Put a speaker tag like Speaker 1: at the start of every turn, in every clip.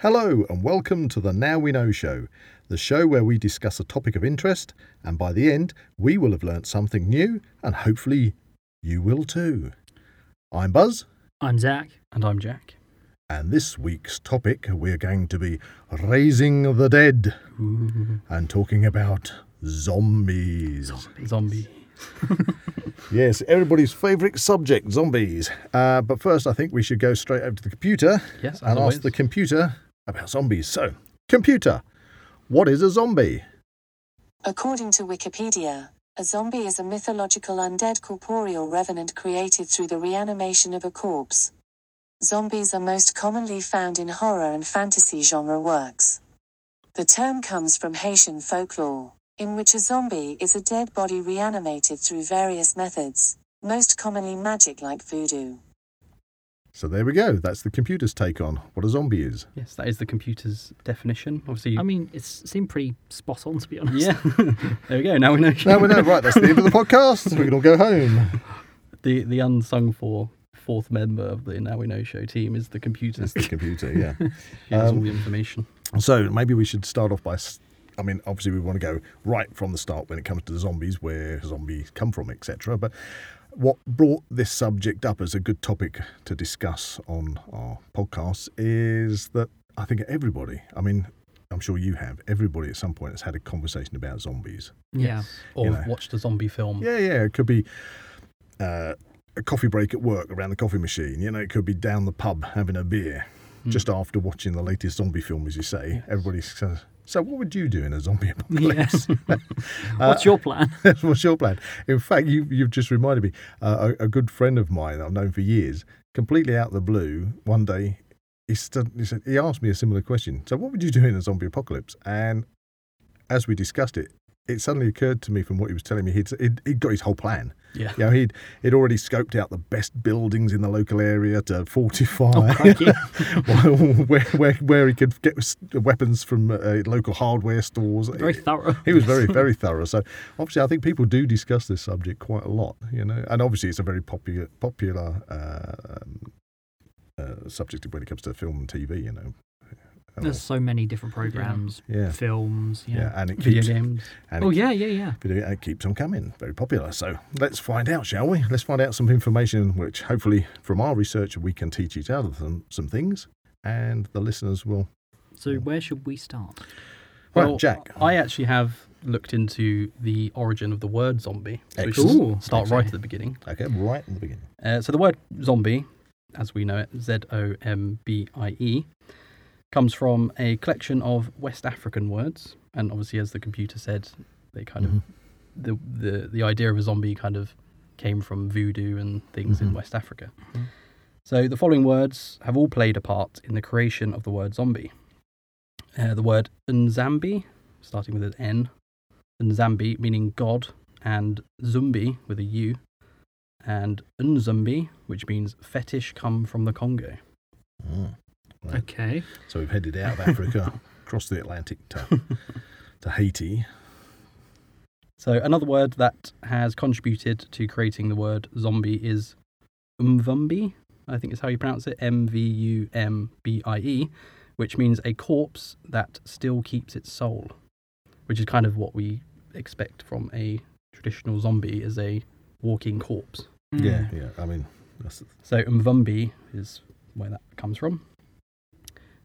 Speaker 1: Hello, and welcome to the Now We Know Show, the show where we discuss a topic of interest, and by the end, we will have learnt something new, and hopefully, you will too. I'm Buzz,
Speaker 2: I'm Zach. And I'm Jack.
Speaker 1: and this week's topic we're going to be raising the dead and talking about zombies.
Speaker 2: Zombie.
Speaker 1: Yes, everybody's favourite subject, zombies. Uh, but first, I think we should go straight over to the computer
Speaker 2: Yes, as
Speaker 1: and
Speaker 2: always.
Speaker 1: ask the computer about zombies. So, computer, what is a zombie?
Speaker 3: According to Wikipedia, a zombie is a mythological undead corporeal revenant created through the reanimation of a corpse. Zombies are most commonly found in horror and fantasy genre works. The term comes from Haitian folklore, in which a zombie is a dead body reanimated through various methods, most commonly magic like voodoo.
Speaker 1: So there we go. That's the computer's take on what a zombie is.
Speaker 4: Yes, that is the computer's definition. Obviously,
Speaker 2: I mean, it seemed pretty spot on, to be honest.
Speaker 4: yeah. there we go. Now we know.
Speaker 1: Now we know. Right, that's the end of the podcast. We can all go home.
Speaker 4: the the unsung for fourth member of the Now We Know show team is the computer.
Speaker 1: It's the computer, yeah.
Speaker 4: Yeah, has
Speaker 1: um,
Speaker 4: all the information.
Speaker 1: So maybe we should start off by. s- I mean, obviously, we want to go right from the start when it comes to the zombies, where zombies come from, etc. But what brought this subject up as a good topic to discuss on our podcast is that I think everybody, I mean, I'm sure you have, everybody at some point has had a conversation about zombies.
Speaker 2: Yeah.
Speaker 4: Or
Speaker 1: you know.
Speaker 4: watched a zombie film.
Speaker 1: Yeah, yeah. It could be uh, a coffee break at work around the coffee machine. You know, it could be down the pub having a beer just after watching the latest zombie film, as you say. Everybody says, "So, what would you do in a zombie apocalypse?
Speaker 2: What's your plan?
Speaker 1: What's your plan?" In fact, you, you've just reminded me. Uh, a, a good friend of mine that I've known for years, completely out of the blue, one day. He, stood, he, said, he asked me a similar question. So, what would you do in a zombie apocalypse? And as we discussed it, it suddenly occurred to me from what he was telling me, he'd, he'd, he'd got his whole plan.
Speaker 4: Yeah.
Speaker 1: You know, he'd he'd already scoped out the best buildings in the local area to fortify
Speaker 2: crikey.
Speaker 1: where, where where he could get s- weapons from uh, local hardware stores.
Speaker 2: Very
Speaker 1: He-
Speaker 2: thorough.
Speaker 1: he was very very thorough. So obviously, I think people do discuss this subject quite a lot. You know, and obviously, it's a very popular popular uh, um, uh, subject when it comes to film and TV. You know, And
Speaker 2: There's so many different programs,
Speaker 1: all- yeah.
Speaker 2: films. Yeah.
Speaker 1: yeah, and it
Speaker 4: Video
Speaker 1: keeps
Speaker 4: games.
Speaker 1: and it
Speaker 2: Oh, yeah, yeah, yeah.
Speaker 1: but it it keeps on coming, very popular. So let's find out, shall we? Let's find out some information which hopefully from our research we can teach each other some, some things and the listeners will.
Speaker 2: So, where should we start?
Speaker 1: Right,
Speaker 4: Well,
Speaker 1: Jack.
Speaker 4: I actually have looked into the origin of the word zombie. So we should
Speaker 1: Excellent.
Speaker 4: s- start right at the beginning.
Speaker 1: Okay, right in the beginning.
Speaker 4: Uh, so the word zombie, as we know it, Z O M B I E, comes from a collection of West African words, and obviously, as the computer said, they kind
Speaker 1: Mhm.
Speaker 4: of the, the the idea of a zombie kind of came from voodoo and things
Speaker 1: Mhm.
Speaker 4: in West Africa. So the following words have all played a part in the creation of the word zombie. Uh, the word nzambi, starting with an N, nzambi meaning god, and zumbi with a U, and nzumbi, which means fetish come from the Congo.
Speaker 1: Mm. Right.
Speaker 2: Okay.
Speaker 1: So we've headed out of Africa, across the Atlantic to, to Haiti.
Speaker 4: So another word that has contributed to creating the word zombie is umvumbi. I think is how you pronounce it. M V U M B I E, which means a corpse that still keeps its soul, which is kind of what we expect from a traditional zombie is a walking corpse.
Speaker 2: Mm.
Speaker 1: Yeah, yeah. I mean, that's,
Speaker 4: So umvumbi is where that comes from.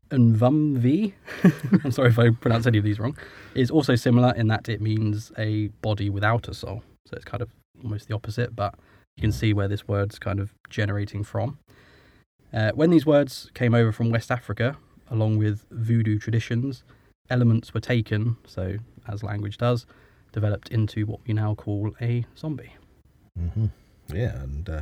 Speaker 4: Umvumvi, I'm sorry if I pronounce any of these wrong, is also similar in that it means a body without a soul. So it's kind of almost the opposite, but you can see where this word's kind of generating from. Uh, when these words came over from West Africa, along with voodoo traditions, elements were taken, so as language does, developed into what we now call a zombie.
Speaker 1: hmm Yeah, and uh,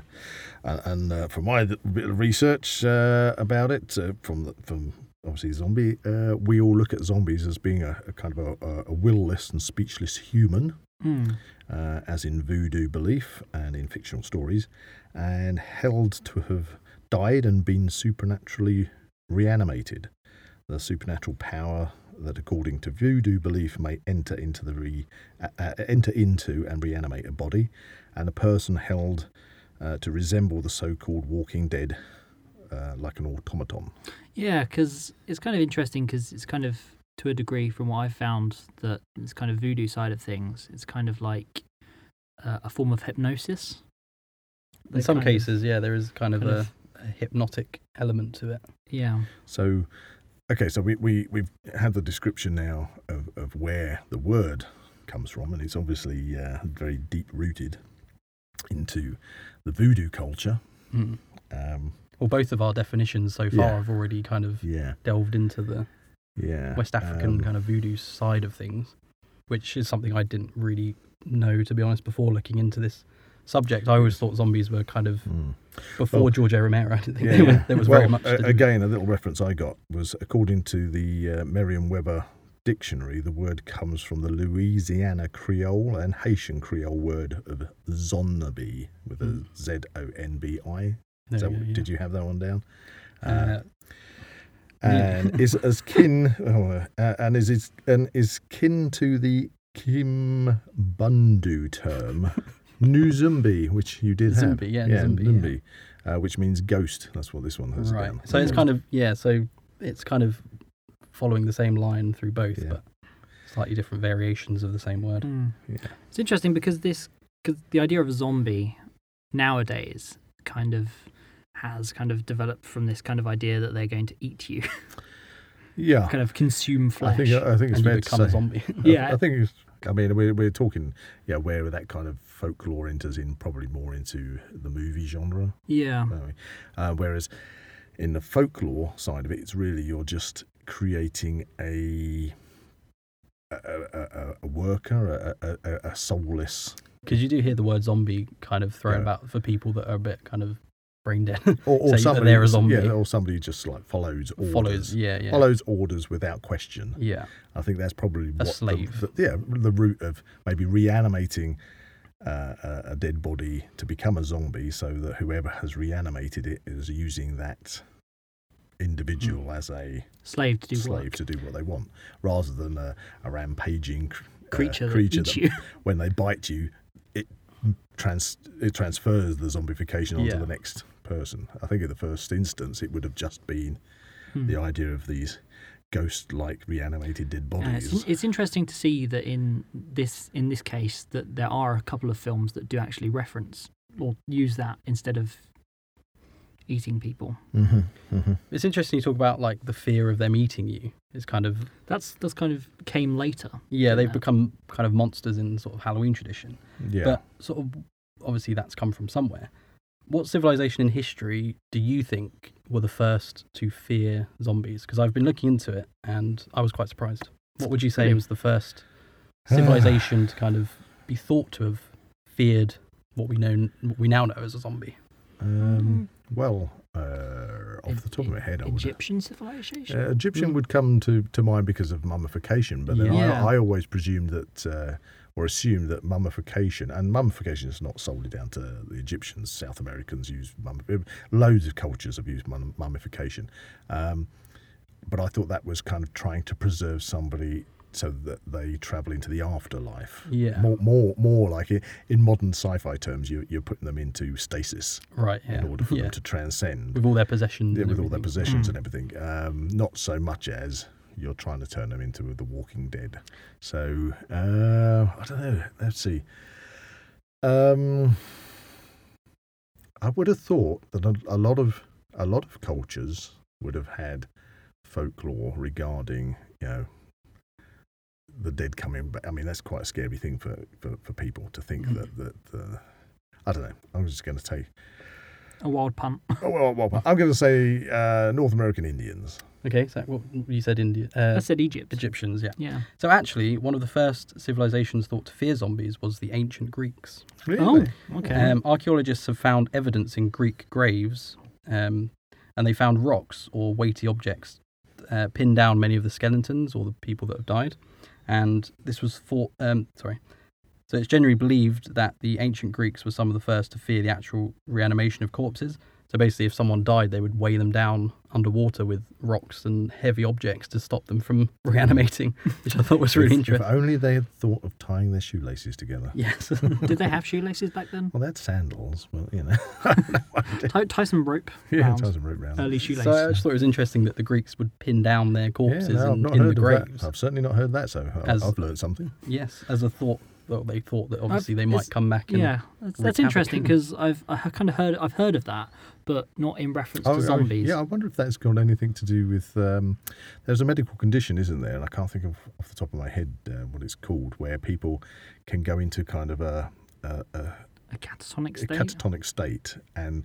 Speaker 1: and, and uh, from my bit of research uh, about it, uh, from the, from obviously zombie, uh, we all look at zombies as being a, a kind of a, a willless and speechless human,
Speaker 2: Mm.
Speaker 1: uh, as in voodoo belief and in fictional stories, and held to have died and been supernaturally reanimated. The supernatural power that, according to voodoo belief, may enter into the re, uh, uh, enter into and reanimate a body, and a person held uh, to resemble the so-called Walking Dead uh, like an automaton.
Speaker 2: Yeah, because it's kind of interesting because it's kind of to a degree from what I've found that this kind of voodoo side of things, it's kind of like uh, a form of hypnosis.
Speaker 4: In
Speaker 2: They're
Speaker 4: some
Speaker 2: kind of-
Speaker 4: cases, yeah, there is kind of,
Speaker 2: kind
Speaker 4: a,
Speaker 2: of-
Speaker 4: a hypnotic element to it.
Speaker 2: yeah,
Speaker 1: So, okay, so we, we, we've had the description now of, of where the word comes from, and it's obviously uh, very deep rooted into the voodoo culture.
Speaker 4: Mm.
Speaker 1: Um,
Speaker 4: Well, both of our definitions so far
Speaker 1: Yeah.
Speaker 4: have already kind of
Speaker 1: yeah,
Speaker 4: delved into the
Speaker 1: yeah.
Speaker 4: West African
Speaker 1: um,
Speaker 4: kind of voodoo side of things, which is something I didn't really know, to be honest, before looking into this subject. I always thought zombies were kind of
Speaker 1: mm.
Speaker 4: before
Speaker 1: Well-
Speaker 4: George A. Romero. I didn't think
Speaker 1: Yeah,
Speaker 4: they were-
Speaker 1: yeah.
Speaker 4: there was
Speaker 1: well,
Speaker 4: very much.
Speaker 1: a-
Speaker 4: to do.
Speaker 1: again, a little reference I got was according to the uh, Merriam-Webber dictionary, the word comes from the Louisiana Creole and Haitian Creole word of zonbi with
Speaker 4: Hmm.
Speaker 1: a Z O N B I.
Speaker 4: There
Speaker 1: So
Speaker 4: we go, yeah.
Speaker 1: Did you have that one down? Uh,
Speaker 4: Uh,
Speaker 1: and is as kin oh, uh, and is, is and is kin to the Kimbundu term Nuzumbi, which you did have.
Speaker 4: Zumbi, yeah, Nzumbi, yeah.
Speaker 1: Nzumbi, Uh, which means ghost. That's what this one has
Speaker 4: right.
Speaker 1: down.
Speaker 4: So it's kind of yeah. So it's kind of following the same line through both,
Speaker 1: Yeah.
Speaker 4: but slightly different variations of the same word.
Speaker 2: Mm.
Speaker 1: Yeah.
Speaker 2: It's interesting because this, because the idea of a zombie nowadays kind of has kind of developed from this kind of idea that they're going to eat you,
Speaker 1: yeah.
Speaker 2: kind of consume
Speaker 1: I
Speaker 2: flesh.
Speaker 1: think I think it's
Speaker 4: and you
Speaker 1: fair to
Speaker 4: become a
Speaker 1: say.
Speaker 4: zombie.
Speaker 1: I-
Speaker 2: Yeah.
Speaker 1: I think it's, I mean we're we're talking yeah where that kind of folklore enters in probably more into the movie genre.
Speaker 2: yeah,
Speaker 1: don't we? Uh, whereas in the folklore side of it, it's really you're just creating a a, a, a- a worker, a, a, a- a soulless,
Speaker 4: Because you do hear the word zombie kind of thrown
Speaker 1: Yeah.
Speaker 4: about for people that are a bit kind of brain dead.
Speaker 1: or,
Speaker 4: So
Speaker 1: or
Speaker 4: that
Speaker 1: somebody,
Speaker 4: they're a
Speaker 1: who's-
Speaker 4: zombie.
Speaker 1: yeah, or somebody who just like follows orders,
Speaker 4: Follows, yeah, yeah.
Speaker 1: follows orders without question.
Speaker 4: Yeah.
Speaker 1: I think that's probably what the-
Speaker 4: slave.
Speaker 1: The, yeah, the root of maybe reanimating uh, a- a dead body to become a zombie, so that whoever has reanimated it is using that individual as a
Speaker 2: slave to do
Speaker 1: slave
Speaker 2: work.
Speaker 1: to do what they want, rather than a, a rampaging cr- uh,
Speaker 2: Creature that
Speaker 1: creature
Speaker 2: eats
Speaker 1: that
Speaker 2: you.
Speaker 1: when they bite you, it trans it transfers the zombification onto
Speaker 4: Yeah.
Speaker 1: the next person. I think in the first instance, it would have just been
Speaker 2: Hmm.
Speaker 1: the idea of these ghost-like reanimated dead
Speaker 2: Yeah, it's,
Speaker 1: bodies.
Speaker 2: it's interesting to see that in this in this case that there are a couple of films that do actually reference or use that instead of eating people.
Speaker 1: Mm-hmm, mm-hmm.
Speaker 4: It's interesting you talk about like the fear of them eating you. It's kind of
Speaker 2: That's that's kind of came later.
Speaker 4: yeah, they've
Speaker 2: Yeah.
Speaker 4: become kind of monsters in sort of Halloween tradition.
Speaker 1: Yeah.
Speaker 4: But sort of obviously that's come from somewhere. What civilization in history do you think were the first to fear zombies? Because I've been looking into it and I was quite surprised. What would you say
Speaker 1: Hmm.
Speaker 2: Really?
Speaker 4: was the first
Speaker 1: Ah.
Speaker 4: civilization to kind of be thought to have feared what we know what we now know as a zombie?
Speaker 1: um, well, uh, off the top of my head, I would
Speaker 2: Egyptian civilization.
Speaker 1: Uh,
Speaker 4: Mm.
Speaker 1: Egyptian would come to, to mind because of mummification, but then
Speaker 2: Yeah.
Speaker 1: I, I always presumed that uh, or assumed that mummification and mummification is not solely down to the Egyptians. South Americans use mummification. Loads of cultures have used mum- mummification, um, but I thought that was kind of trying to preserve somebody so that they travel into the afterlife.
Speaker 4: Yeah.
Speaker 1: More, more, more like it in modern sci-fi terms. You, you're putting them into stasis
Speaker 4: Right. Yeah.
Speaker 1: in order for
Speaker 4: yeah.
Speaker 1: them to transcend
Speaker 4: with all their possessions.
Speaker 1: yeah,
Speaker 4: and
Speaker 1: with all their
Speaker 4: everything. Hmm.
Speaker 1: possessions and everything. Um, not so much as you're trying to turn them into the Walking Dead. So uh, I don't know. Let's see. Um, I would have thought that a, a lot of a lot of cultures would have had folklore regarding you know the dead coming back. I mean, that's quite a scary thing for, for, for people to think
Speaker 4: Mhm.
Speaker 1: that that. Uh, I don't know. I'm just going to take
Speaker 2: A wild punt.
Speaker 1: Oh, well, well, well, I'm going to say uh, North American Indians.
Speaker 4: Okay, so what you said India, uh,
Speaker 2: I said Egypt.
Speaker 4: Egyptians, yeah.
Speaker 2: Yeah.
Speaker 4: So actually, one of the first civilizations thought to fear zombies was the ancient Greeks.
Speaker 2: Oh, okay.
Speaker 4: Um, archaeologists have found evidence in Greek graves, um, and they found rocks or weighty objects uh, pinned down many of the skeletons or the people that have died. And this was for um, sorry. So it's generally believed that the ancient Greeks were some of the first to fear the actual reanimation of corpses. So basically, if someone died, they would weigh them down underwater with rocks and heavy objects to stop them from reanimating, which I thought was really
Speaker 1: if, if
Speaker 4: interesting.
Speaker 1: only they had thought of tying their shoelaces together.
Speaker 4: Yes.
Speaker 2: Did they have shoelaces back then?
Speaker 1: Well, they had sandals, but you know,
Speaker 2: Tie, tie some rope
Speaker 1: yeah,
Speaker 2: round
Speaker 1: ties them right round.
Speaker 2: early
Speaker 4: so I
Speaker 1: uh,
Speaker 2: shoelaces.
Speaker 4: just thought it was interesting that the Greeks would pin down their
Speaker 1: yeah,
Speaker 4: corpses
Speaker 1: no, I've
Speaker 4: in,
Speaker 1: not
Speaker 4: in the
Speaker 1: heard of
Speaker 4: graves.
Speaker 1: that. I've certainly not heard that. So I-
Speaker 4: As-
Speaker 1: I've learned something.
Speaker 4: Yes, as a thought. Well, they thought that obviously they
Speaker 2: it's-
Speaker 4: might come back. And,
Speaker 2: yeah, that's,
Speaker 4: wreak
Speaker 2: that's interesting
Speaker 4: havoc.
Speaker 2: because I've I kind of heard I've heard of that, but not in reference to zombies.
Speaker 1: Oh, yeah, I wonder if that's got anything to do with. Um, there's a medical condition, isn't there? And I can't think of off the top of my head uh, what it's called, where people can go into kind of a, a, a
Speaker 2: A catatonic
Speaker 1: a
Speaker 2: state.
Speaker 1: catatonic state. And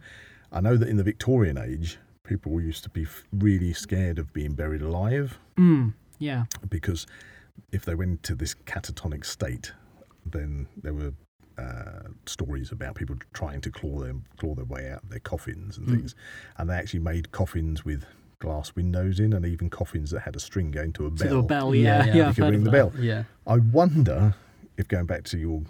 Speaker 1: I know that in the Victorian age, people used to be f- really scared of being buried alive
Speaker 2: Mm, yeah,
Speaker 1: because if they went into this catatonic state, then there were uh, stories about people trying to claw them, claw their way out of their coffins and things. And they actually made coffins with glass windows in, and even coffins that had a string going to a
Speaker 2: to
Speaker 1: bell.
Speaker 2: the bell. Yeah,
Speaker 4: Yeah, yeah,
Speaker 2: yeah.
Speaker 4: you
Speaker 1: You
Speaker 2: I've
Speaker 1: could
Speaker 2: heard
Speaker 1: ring
Speaker 2: of
Speaker 1: the
Speaker 2: that.
Speaker 1: bell.
Speaker 4: Yeah.
Speaker 1: I wonder if going back to your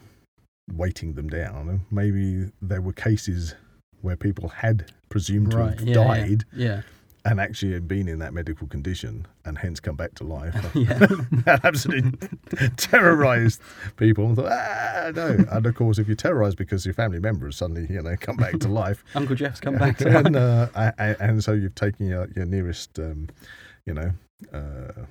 Speaker 1: weighting them down, maybe there were cases where people had presumed to
Speaker 4: Right.
Speaker 1: have
Speaker 4: Yeah,
Speaker 1: died
Speaker 4: Yeah.
Speaker 1: and actually had been in that medical condition and hence come back to life.
Speaker 4: Yeah. yeah.
Speaker 1: that absolutely terrorized people and thought, ah, no. And of course, if you're terrorized because your family member has suddenly, you know, come back to life,
Speaker 4: Uncle Jeff's come back. To
Speaker 1: and, uh, a- a- and so you've taken your, your nearest, um, you know, uh,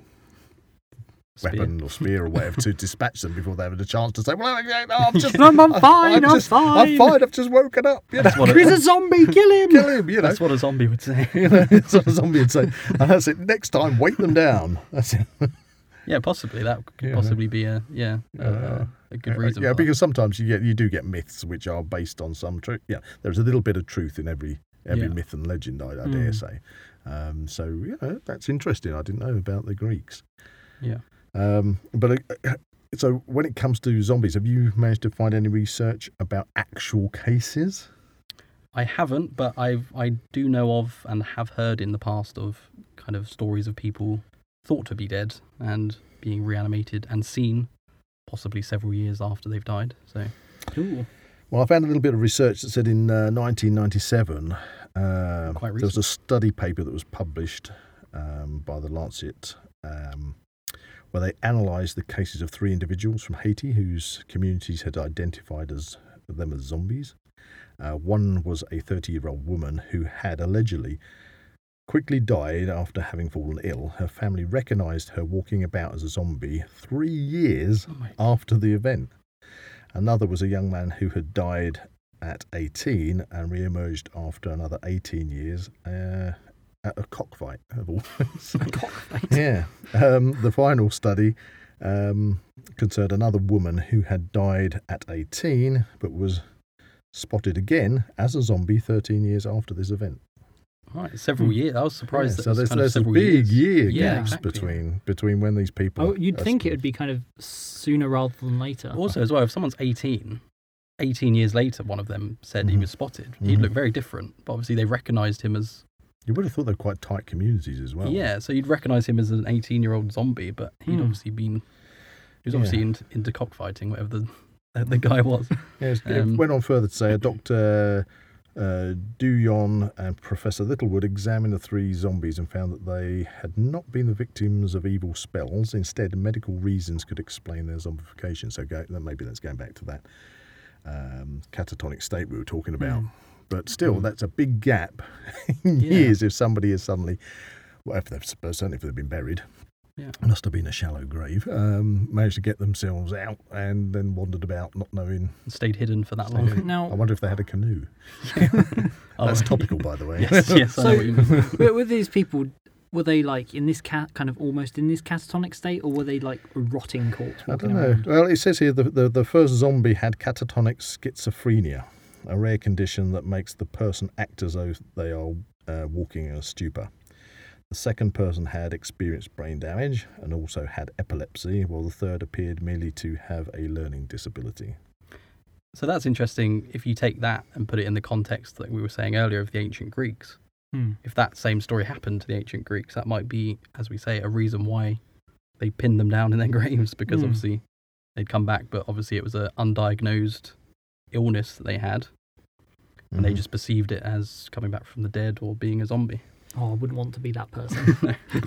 Speaker 4: Spear.
Speaker 1: weapon or spear or whatever to dispatch them before they have a chance to say, "Well, I'm, I'm just,
Speaker 2: I'm- I'm fine, I'm
Speaker 1: just- I'm
Speaker 2: fine."
Speaker 1: fine. I've just woken up. You know,
Speaker 4: That's what it-
Speaker 2: He's a zombie. Kill him.
Speaker 1: kill him. You know,
Speaker 4: That's what a zombie would say.
Speaker 1: you know, it's a zombie would say. And that's it. Next time, weight them down. That's it.
Speaker 4: Yeah, possibly that could
Speaker 1: Yeah.
Speaker 4: possibly be a yeah a,
Speaker 1: Yeah.
Speaker 4: a- a good reason.
Speaker 1: yeah,
Speaker 4: for that.
Speaker 1: because sometimes you get you do get myths which are based on some truth. Yeah, there's a little bit of truth in every every
Speaker 4: Yeah. Hmm.
Speaker 1: myth and legend. I, I dare
Speaker 2: Mm.
Speaker 1: say. Um, so yeah, that's interesting. I didn't know about the Greeks.
Speaker 4: yeah.
Speaker 1: Um, but uh, so when it comes to zombies, have you managed to find any research about actual cases?
Speaker 4: I haven't, but I've I do know of and have heard in the past of kind of stories of people thought to be dead and being reanimated and seen, possibly several years after they've died. So
Speaker 2: Ooh.
Speaker 1: Well, I found a little bit of research that said in uh, 1997 uh,
Speaker 4: Quite
Speaker 1: there was a study paper that was published um, by the Lancet um, where they analysed the cases of three individuals from Haiti whose communities had identified as them as zombies. Uh, one was a 30 year old woman who had allegedly quickly died after having fallen ill. Her family recognised her walking about as a zombie three years
Speaker 4: Oh my-
Speaker 1: after the event. Another was a young man who had died at 18 and re emerged after another 18 years uh, at a cockfight, of all things. yeah. Um, the final study um, concerned another woman who had died at 18 but was spotted again as a zombie 13 years after this event.
Speaker 4: right, several years. I was surprised
Speaker 1: Hmm. Yeah,
Speaker 4: that
Speaker 1: so
Speaker 4: it's
Speaker 1: there's,
Speaker 4: kind of
Speaker 1: there's a
Speaker 4: several
Speaker 1: big
Speaker 4: years.
Speaker 1: year
Speaker 4: Yeah,
Speaker 1: gaps
Speaker 4: exactly.
Speaker 1: between between when these people.
Speaker 2: Oh, you'd
Speaker 1: are
Speaker 2: think it
Speaker 1: still-
Speaker 2: would be kind of sooner rather than later.
Speaker 4: Also, as well, if someone's 18, 18 years later, one of them said he
Speaker 1: Mhm.
Speaker 4: was spotted. He'd
Speaker 1: Mhm.
Speaker 4: look very different, but obviously they recognised him as
Speaker 1: You would have thought they're quite tight communities as well.
Speaker 4: yeah. So you'd recognise him as an 18-year-old zombie, but he'd
Speaker 2: Hmm.
Speaker 4: obviously been he was
Speaker 1: Yeah.
Speaker 4: obviously into, into cockfighting, whatever the the- the guy was.
Speaker 1: Yes,
Speaker 4: Um,
Speaker 1: it went on further to say uh, Dr. Uh, Duyon and Professor Littlewood examined the three zombies and found that they had not been the victims of evil spells. Instead, medical reasons could explain their zombification. So go, then maybe that's going back to that um, catatonic state we were talking about. But still, that's a big gap in
Speaker 4: Hmm. Yeah.
Speaker 1: years if somebody is suddenly, well, if they've, certainly if they've been buried,
Speaker 4: Yeah.
Speaker 1: must have been a shallow grave, um, managed to get themselves out and then wandered about not knowing
Speaker 4: and stayed hidden for that long.
Speaker 1: I
Speaker 2: now,
Speaker 1: wonder if they had a canoe.
Speaker 4: Oh,
Speaker 1: That's topical, by the way.
Speaker 4: yes, yes. I know
Speaker 2: So-
Speaker 4: what you mean.
Speaker 2: with, with these people, were they like in this cat kind of almost in this catatonic state, or were they like a rotting corpse?
Speaker 1: I
Speaker 2: walking
Speaker 1: don't know.
Speaker 2: around?
Speaker 1: Well, it says here the, the, the first zombie had catatonic schizophrenia, a rare condition that makes the person act as though they are uh, walking in a stupor. The second person had experienced brain damage and also had epilepsy, while the third appeared merely to have a learning disability.
Speaker 4: So that's interesting. If you take that and put it in the context that we were saying earlier of the ancient Greeks,
Speaker 2: Hmm.
Speaker 4: if that same story happened to the ancient Greeks, that might be, as we say, a reason why they pinned them down in their graves because
Speaker 2: Hmm.
Speaker 4: obviously they'd come back, but obviously it was an undiagnosed illness that they had. and
Speaker 1: Mm-hmm.
Speaker 4: they just perceived it as coming back from the dead or being a zombie.
Speaker 2: Oh, I wouldn't want to be that person.
Speaker 1: Mm-hmm.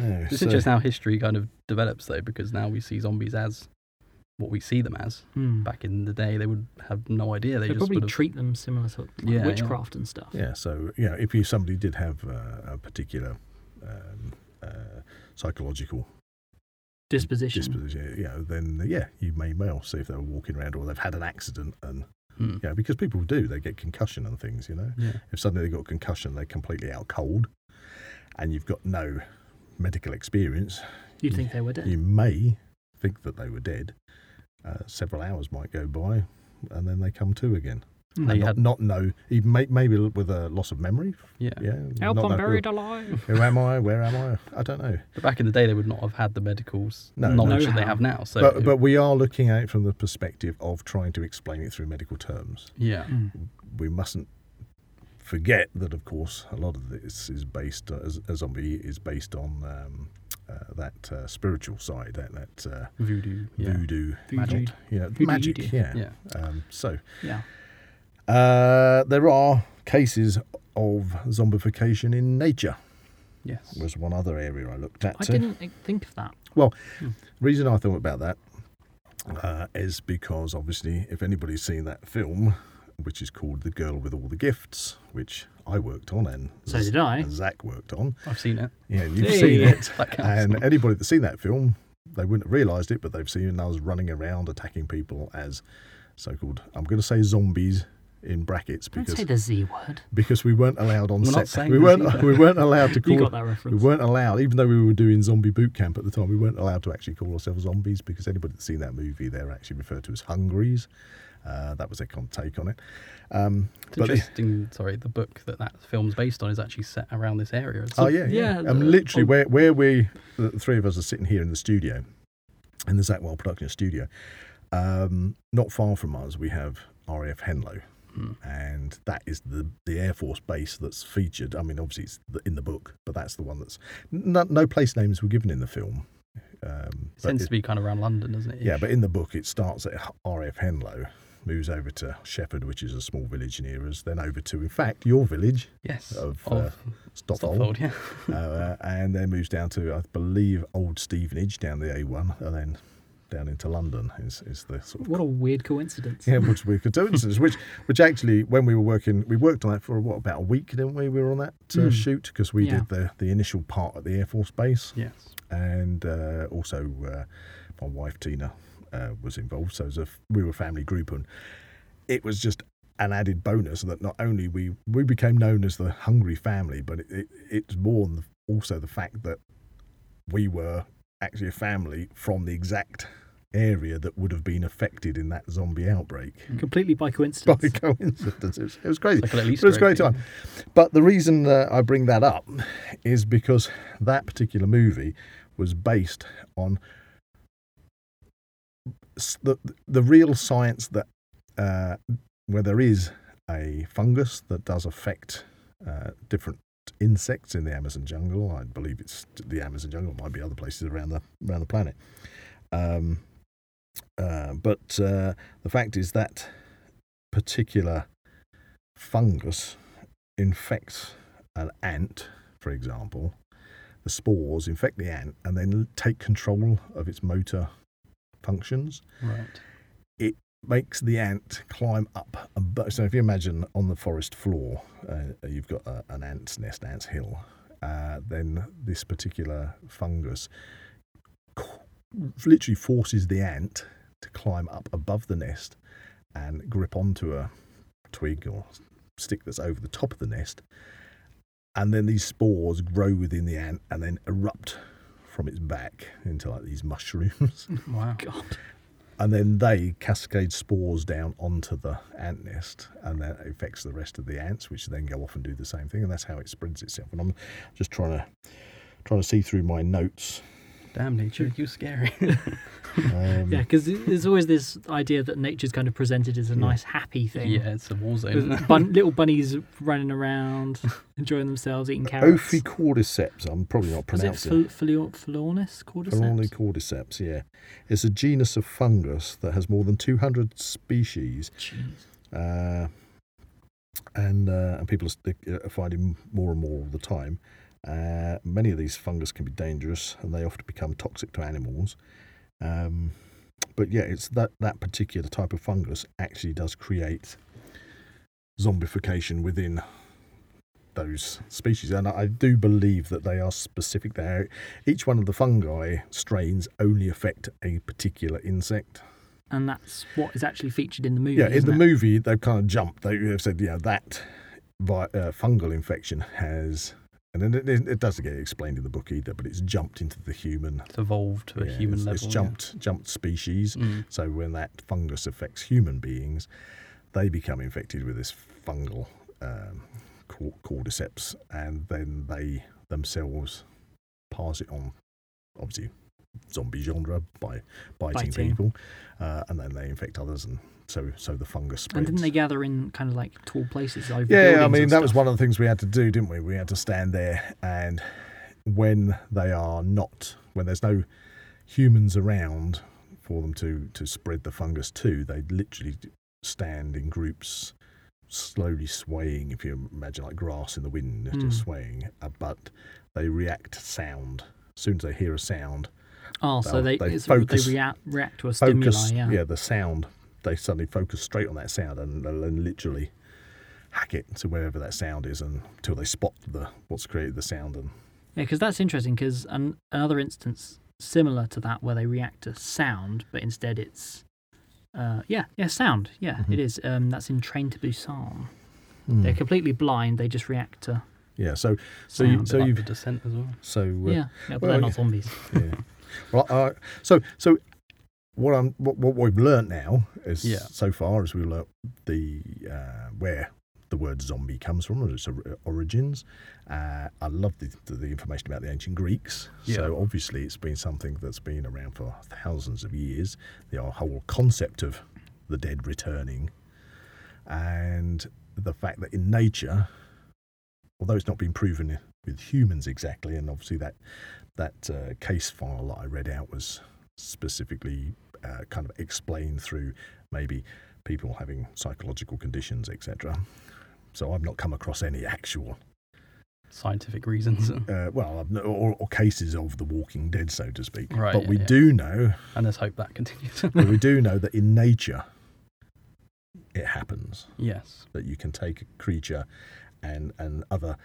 Speaker 1: Yeah,
Speaker 4: It's
Speaker 1: so-
Speaker 4: interesting how history kind of develops though, because now we see zombies as what we see them as.
Speaker 2: Hmm.
Speaker 4: Back in the day, they would have no idea. They
Speaker 2: They
Speaker 4: just
Speaker 2: probably
Speaker 4: would have,
Speaker 2: treat them similar to like,
Speaker 4: Yeah, yeah.
Speaker 2: witchcraft and stuff.
Speaker 1: Yeah, so you know, if you somebody did have uh, a particular um, uh, psychological
Speaker 2: Disposition.
Speaker 4: Mm.
Speaker 1: disposition, you know, then yeah, you may well see if they were walking around or they've had an accident, and
Speaker 4: Hmm.
Speaker 1: you know, because people do, they get concussion and things. You know,
Speaker 4: Yeah.
Speaker 1: if suddenly they got concussion, they're completely out cold, and you've got no medical experience,
Speaker 2: You'd think they were dead.
Speaker 1: you may think that they were dead. Uh, several hours might go by, and then they come to again.
Speaker 2: Hmm.
Speaker 4: They
Speaker 1: not,
Speaker 4: had-
Speaker 1: not know, even may, maybe with a loss of memory.
Speaker 4: yeah.
Speaker 1: Yeah, not
Speaker 2: Help, I'm
Speaker 1: know who-
Speaker 2: buried alive.
Speaker 1: Who am I? Where am I? I don't know.
Speaker 4: But back in the day, they would not have had the medical s-
Speaker 1: No,
Speaker 4: knowledge
Speaker 2: no.
Speaker 4: that they have now. So,
Speaker 1: but
Speaker 4: it-
Speaker 1: but we are looking at it from the perspective of trying to explain it through medical terms.
Speaker 4: yeah,
Speaker 2: Hmm.
Speaker 1: We mustn't forget that, of course, a lot of this is based uh, as a zombie is based on um, uh, that uh, spiritual side, that that uh,
Speaker 4: voodoo. Yeah.
Speaker 1: voodoo,
Speaker 4: Magic.
Speaker 1: you know,
Speaker 2: Voodoo
Speaker 1: magic.
Speaker 2: voodoo.
Speaker 1: Yeah.
Speaker 4: Yeah.
Speaker 1: Um, so
Speaker 2: Yeah.
Speaker 1: uh, there are cases of zombification in nature.
Speaker 4: Yes.
Speaker 1: Was one other area I looked at. uh,
Speaker 2: I
Speaker 1: too.
Speaker 2: didn't think of that. Hmm.
Speaker 1: reason I thought about that uh, is because obviously, if anybody's seen that film, which is called The Girl with All the Gifts, which I worked on and,
Speaker 2: So did I.
Speaker 1: and Zach worked on,
Speaker 4: I've seen it.
Speaker 1: yeah, and you've
Speaker 2: Hey.
Speaker 1: seen it,
Speaker 4: That counts.
Speaker 1: and anybody that's seen that film, they wouldn't have realised it, but they've seen us running around attacking people as so-called, I'm going to say zombies in brackets
Speaker 2: Don't
Speaker 1: because
Speaker 2: say the Z word.
Speaker 1: because we weren't allowed on
Speaker 4: We're not
Speaker 1: set.
Speaker 4: saying
Speaker 1: We
Speaker 4: the
Speaker 1: weren't
Speaker 4: Z
Speaker 1: we weren't allowed to
Speaker 2: You
Speaker 1: call
Speaker 2: got that
Speaker 1: we
Speaker 2: reference.
Speaker 1: weren't allowed, even though we were doing zombie boot camp at the time, we weren't allowed to actually call ourselves zombies because anybody that's seen that movie, they're actually referred to as hungries. Uh, that was their con- take on it. Um,
Speaker 4: It's
Speaker 1: but
Speaker 4: interesting. sorry, the book that that film's based on is actually set around this area. It's
Speaker 1: oh yeah, yeah.
Speaker 2: yeah,
Speaker 1: um,
Speaker 2: the-
Speaker 1: literally,
Speaker 2: on-
Speaker 1: where where we, the the three of us are sitting here in the studio, in the Zach Wild production studio, um, not far from us, we have RAF Henlow.
Speaker 4: Hmm.
Speaker 1: and that is the the Air Force base that's featured. I mean, obviously it's the, in the book, but that's the one that's no, no place names were given in the film. Um,
Speaker 4: It
Speaker 1: but
Speaker 4: tends
Speaker 1: it-
Speaker 4: to be kind of around London, doesn't it?
Speaker 1: yeah, but in the book it starts at R.F. Henlow, moves over to Shepherd, which is a small village near us, then over to, in fact, your village,
Speaker 4: yes,
Speaker 1: of,
Speaker 4: of,
Speaker 1: uh, Stotfold,
Speaker 4: Stotfold, yeah.
Speaker 1: uh, and then moves down to, I believe, Old Stevenage down the A1, and then down into London is, is the sort of
Speaker 2: What a weird coincidence.
Speaker 1: Yeah, which we could do instance, which which actually when we were working, we worked on that for what about a week, didn't we? We were on that uh,
Speaker 2: Mm.
Speaker 1: shoot because we
Speaker 2: Yeah.
Speaker 1: did the the initial part at the Air Force Base,
Speaker 4: Yes.
Speaker 1: and uh, also uh, my wife Tina uh, was involved. So it was a, we were a family group, and it was just an added bonus that not only we we became known as the Hungry Family, but it, it, it's more than also the fact that we were actually a family from the exact area that would have been affected in that zombie outbreak
Speaker 2: Completely
Speaker 1: by
Speaker 2: by coincidence.
Speaker 1: coincidence. It was, it was crazy.
Speaker 4: Like a
Speaker 1: But it
Speaker 4: little
Speaker 1: was a
Speaker 4: Easter
Speaker 1: great
Speaker 4: egg,
Speaker 1: time. But the reason uh, I bring that up is because that particular movie was based on s- the the real science that uh, where there is a fungus that does affect uh, different insects in the Amazon jungle. I believe it's the Amazon jungle. It might be other places around the around the planet. Um, uh, but uh, the fact is that particular fungus infects an ant, for example, the spores infect the ant and then take control of its motor functions
Speaker 4: Right.
Speaker 1: makes the ant climb up. a bu- So if you imagine on the forest floor, uh, you've got a, an ant's nest, ant's hill. Uh, then this particular fungus c- literally forces the ant to climb up above the nest and grip onto a twig or s- stick that's over the top of the nest. And then these spores grow within the ant and then erupt from its back into like these mushrooms
Speaker 4: Wow.
Speaker 2: God.
Speaker 1: and then they cascade spores down onto the ant nest, and that affects the rest of the ants, which then go off and do the same thing, and that's how it spreads itself. And I'm just trying to trying to see through my notes.
Speaker 4: Damn nature, you scary.
Speaker 1: Um,
Speaker 2: Yeah, because there's always this idea that nature's kind of presented as a nice, happy thing.
Speaker 4: yeah, it's a war zone. isn't it?
Speaker 2: With bun- little bunnies running around, enjoying themselves, eating carrots.
Speaker 1: Ophicordyceps. I'm probably not
Speaker 2: Was it
Speaker 1: pronouncing.
Speaker 2: phil- philo- Philornis cordyceps?
Speaker 1: Ophicordyceps. Yeah, it's a genus of fungus that has more than 200 species.
Speaker 2: Jeez.
Speaker 1: Uh, and uh, and people are st- are finding more and more all the time. Uh, many of these fungus can be dangerous, and they often become toxic to animals. Um, but yeah, it's that that particular type of fungus actually does create zombification within those species, and I do believe that they are specific. There, each one of the fungi strains only affect a particular insect.
Speaker 2: and that's what is actually featured in the movie.
Speaker 1: Yeah, in
Speaker 2: isn't
Speaker 1: the
Speaker 2: it?
Speaker 1: movie, they've kind of jumped. They have said, yeah, that vi- uh, fungal infection has, and then it, it doesn't get explained in the book either, but it's jumped into the human.
Speaker 4: It's evolved to a
Speaker 1: yeah,
Speaker 4: human
Speaker 1: it's,
Speaker 4: level.
Speaker 1: It's
Speaker 4: yeah.
Speaker 1: jumped, jumped species.
Speaker 4: Mm.
Speaker 1: So when that fungus affects human beings, they become infected with this fungal um, cor- cordyceps, and then they themselves pass it on. Obviously, zombie genre by biting,
Speaker 2: Biting.
Speaker 1: people, uh, and then they infect others, and so so the fungus
Speaker 2: And
Speaker 1: spreads.
Speaker 2: didn't they gather in kind of like tall places over
Speaker 1: Yeah, I
Speaker 2: buildings
Speaker 1: mean,
Speaker 2: and
Speaker 1: that was
Speaker 2: stuff?
Speaker 1: one of the things we had to do, didn't we? We had to stand there, and when they are not, when there's no humans around for them to, to spread the fungus to, they literally stand in groups, slowly swaying, if you imagine like grass in the wind, it's just
Speaker 2: Mm.
Speaker 1: swaying, uh, but they react to sound. As soon as they hear a sound,
Speaker 2: Oh, so
Speaker 1: well,
Speaker 2: they
Speaker 1: they
Speaker 2: it's- they,
Speaker 1: focus-
Speaker 2: react react to a stimuli.
Speaker 1: focus,
Speaker 2: yeah.
Speaker 1: the sound, they suddenly focus straight on that sound and, and literally hack it to wherever that sound is and, until they spot the what's created the sound and
Speaker 2: Yeah, because that's interesting. Because an, another instance similar to that where they react to sound, but instead it's uh, yeah, yeah, sound. Yeah,
Speaker 1: Mm-hmm.
Speaker 2: it is. Um, that's in Train to Busan. They're completely blind. They just react to
Speaker 1: hmm. yeah. So so you,
Speaker 2: Sound,
Speaker 1: so
Speaker 4: like
Speaker 1: you
Speaker 4: the descent as well.
Speaker 1: so uh,
Speaker 2: yeah. yeah but
Speaker 1: well,
Speaker 2: they're
Speaker 1: yeah.
Speaker 2: not zombies.
Speaker 1: yeah. Well, uh, so so what I'm what, what we've learnt now is
Speaker 4: Yeah.
Speaker 1: so far is we learnt the uh, where the word zombie comes from, its or- origins. Uh, I love the, the, the information about the ancient Greeks.
Speaker 4: Yeah.
Speaker 1: So obviously, it's been something that's been around for thousands of years. The whole concept of the dead returning, and the fact that in nature, although it's not been proven with humans exactly, and obviously that that uh, case file that I read out was specifically uh, kind of explained through maybe people having psychological conditions, etc. So I've not come across any actual,
Speaker 4: Scientific reasons.
Speaker 1: uh, well, I've no, or, or cases of the Walking Dead, so to speak.
Speaker 4: Right,
Speaker 1: but
Speaker 4: yeah,
Speaker 1: we
Speaker 4: yeah.
Speaker 1: do know,
Speaker 4: and let's hope that continues.
Speaker 1: but we do know that in nature, it happens
Speaker 4: yes.
Speaker 1: that you can take a creature and and other,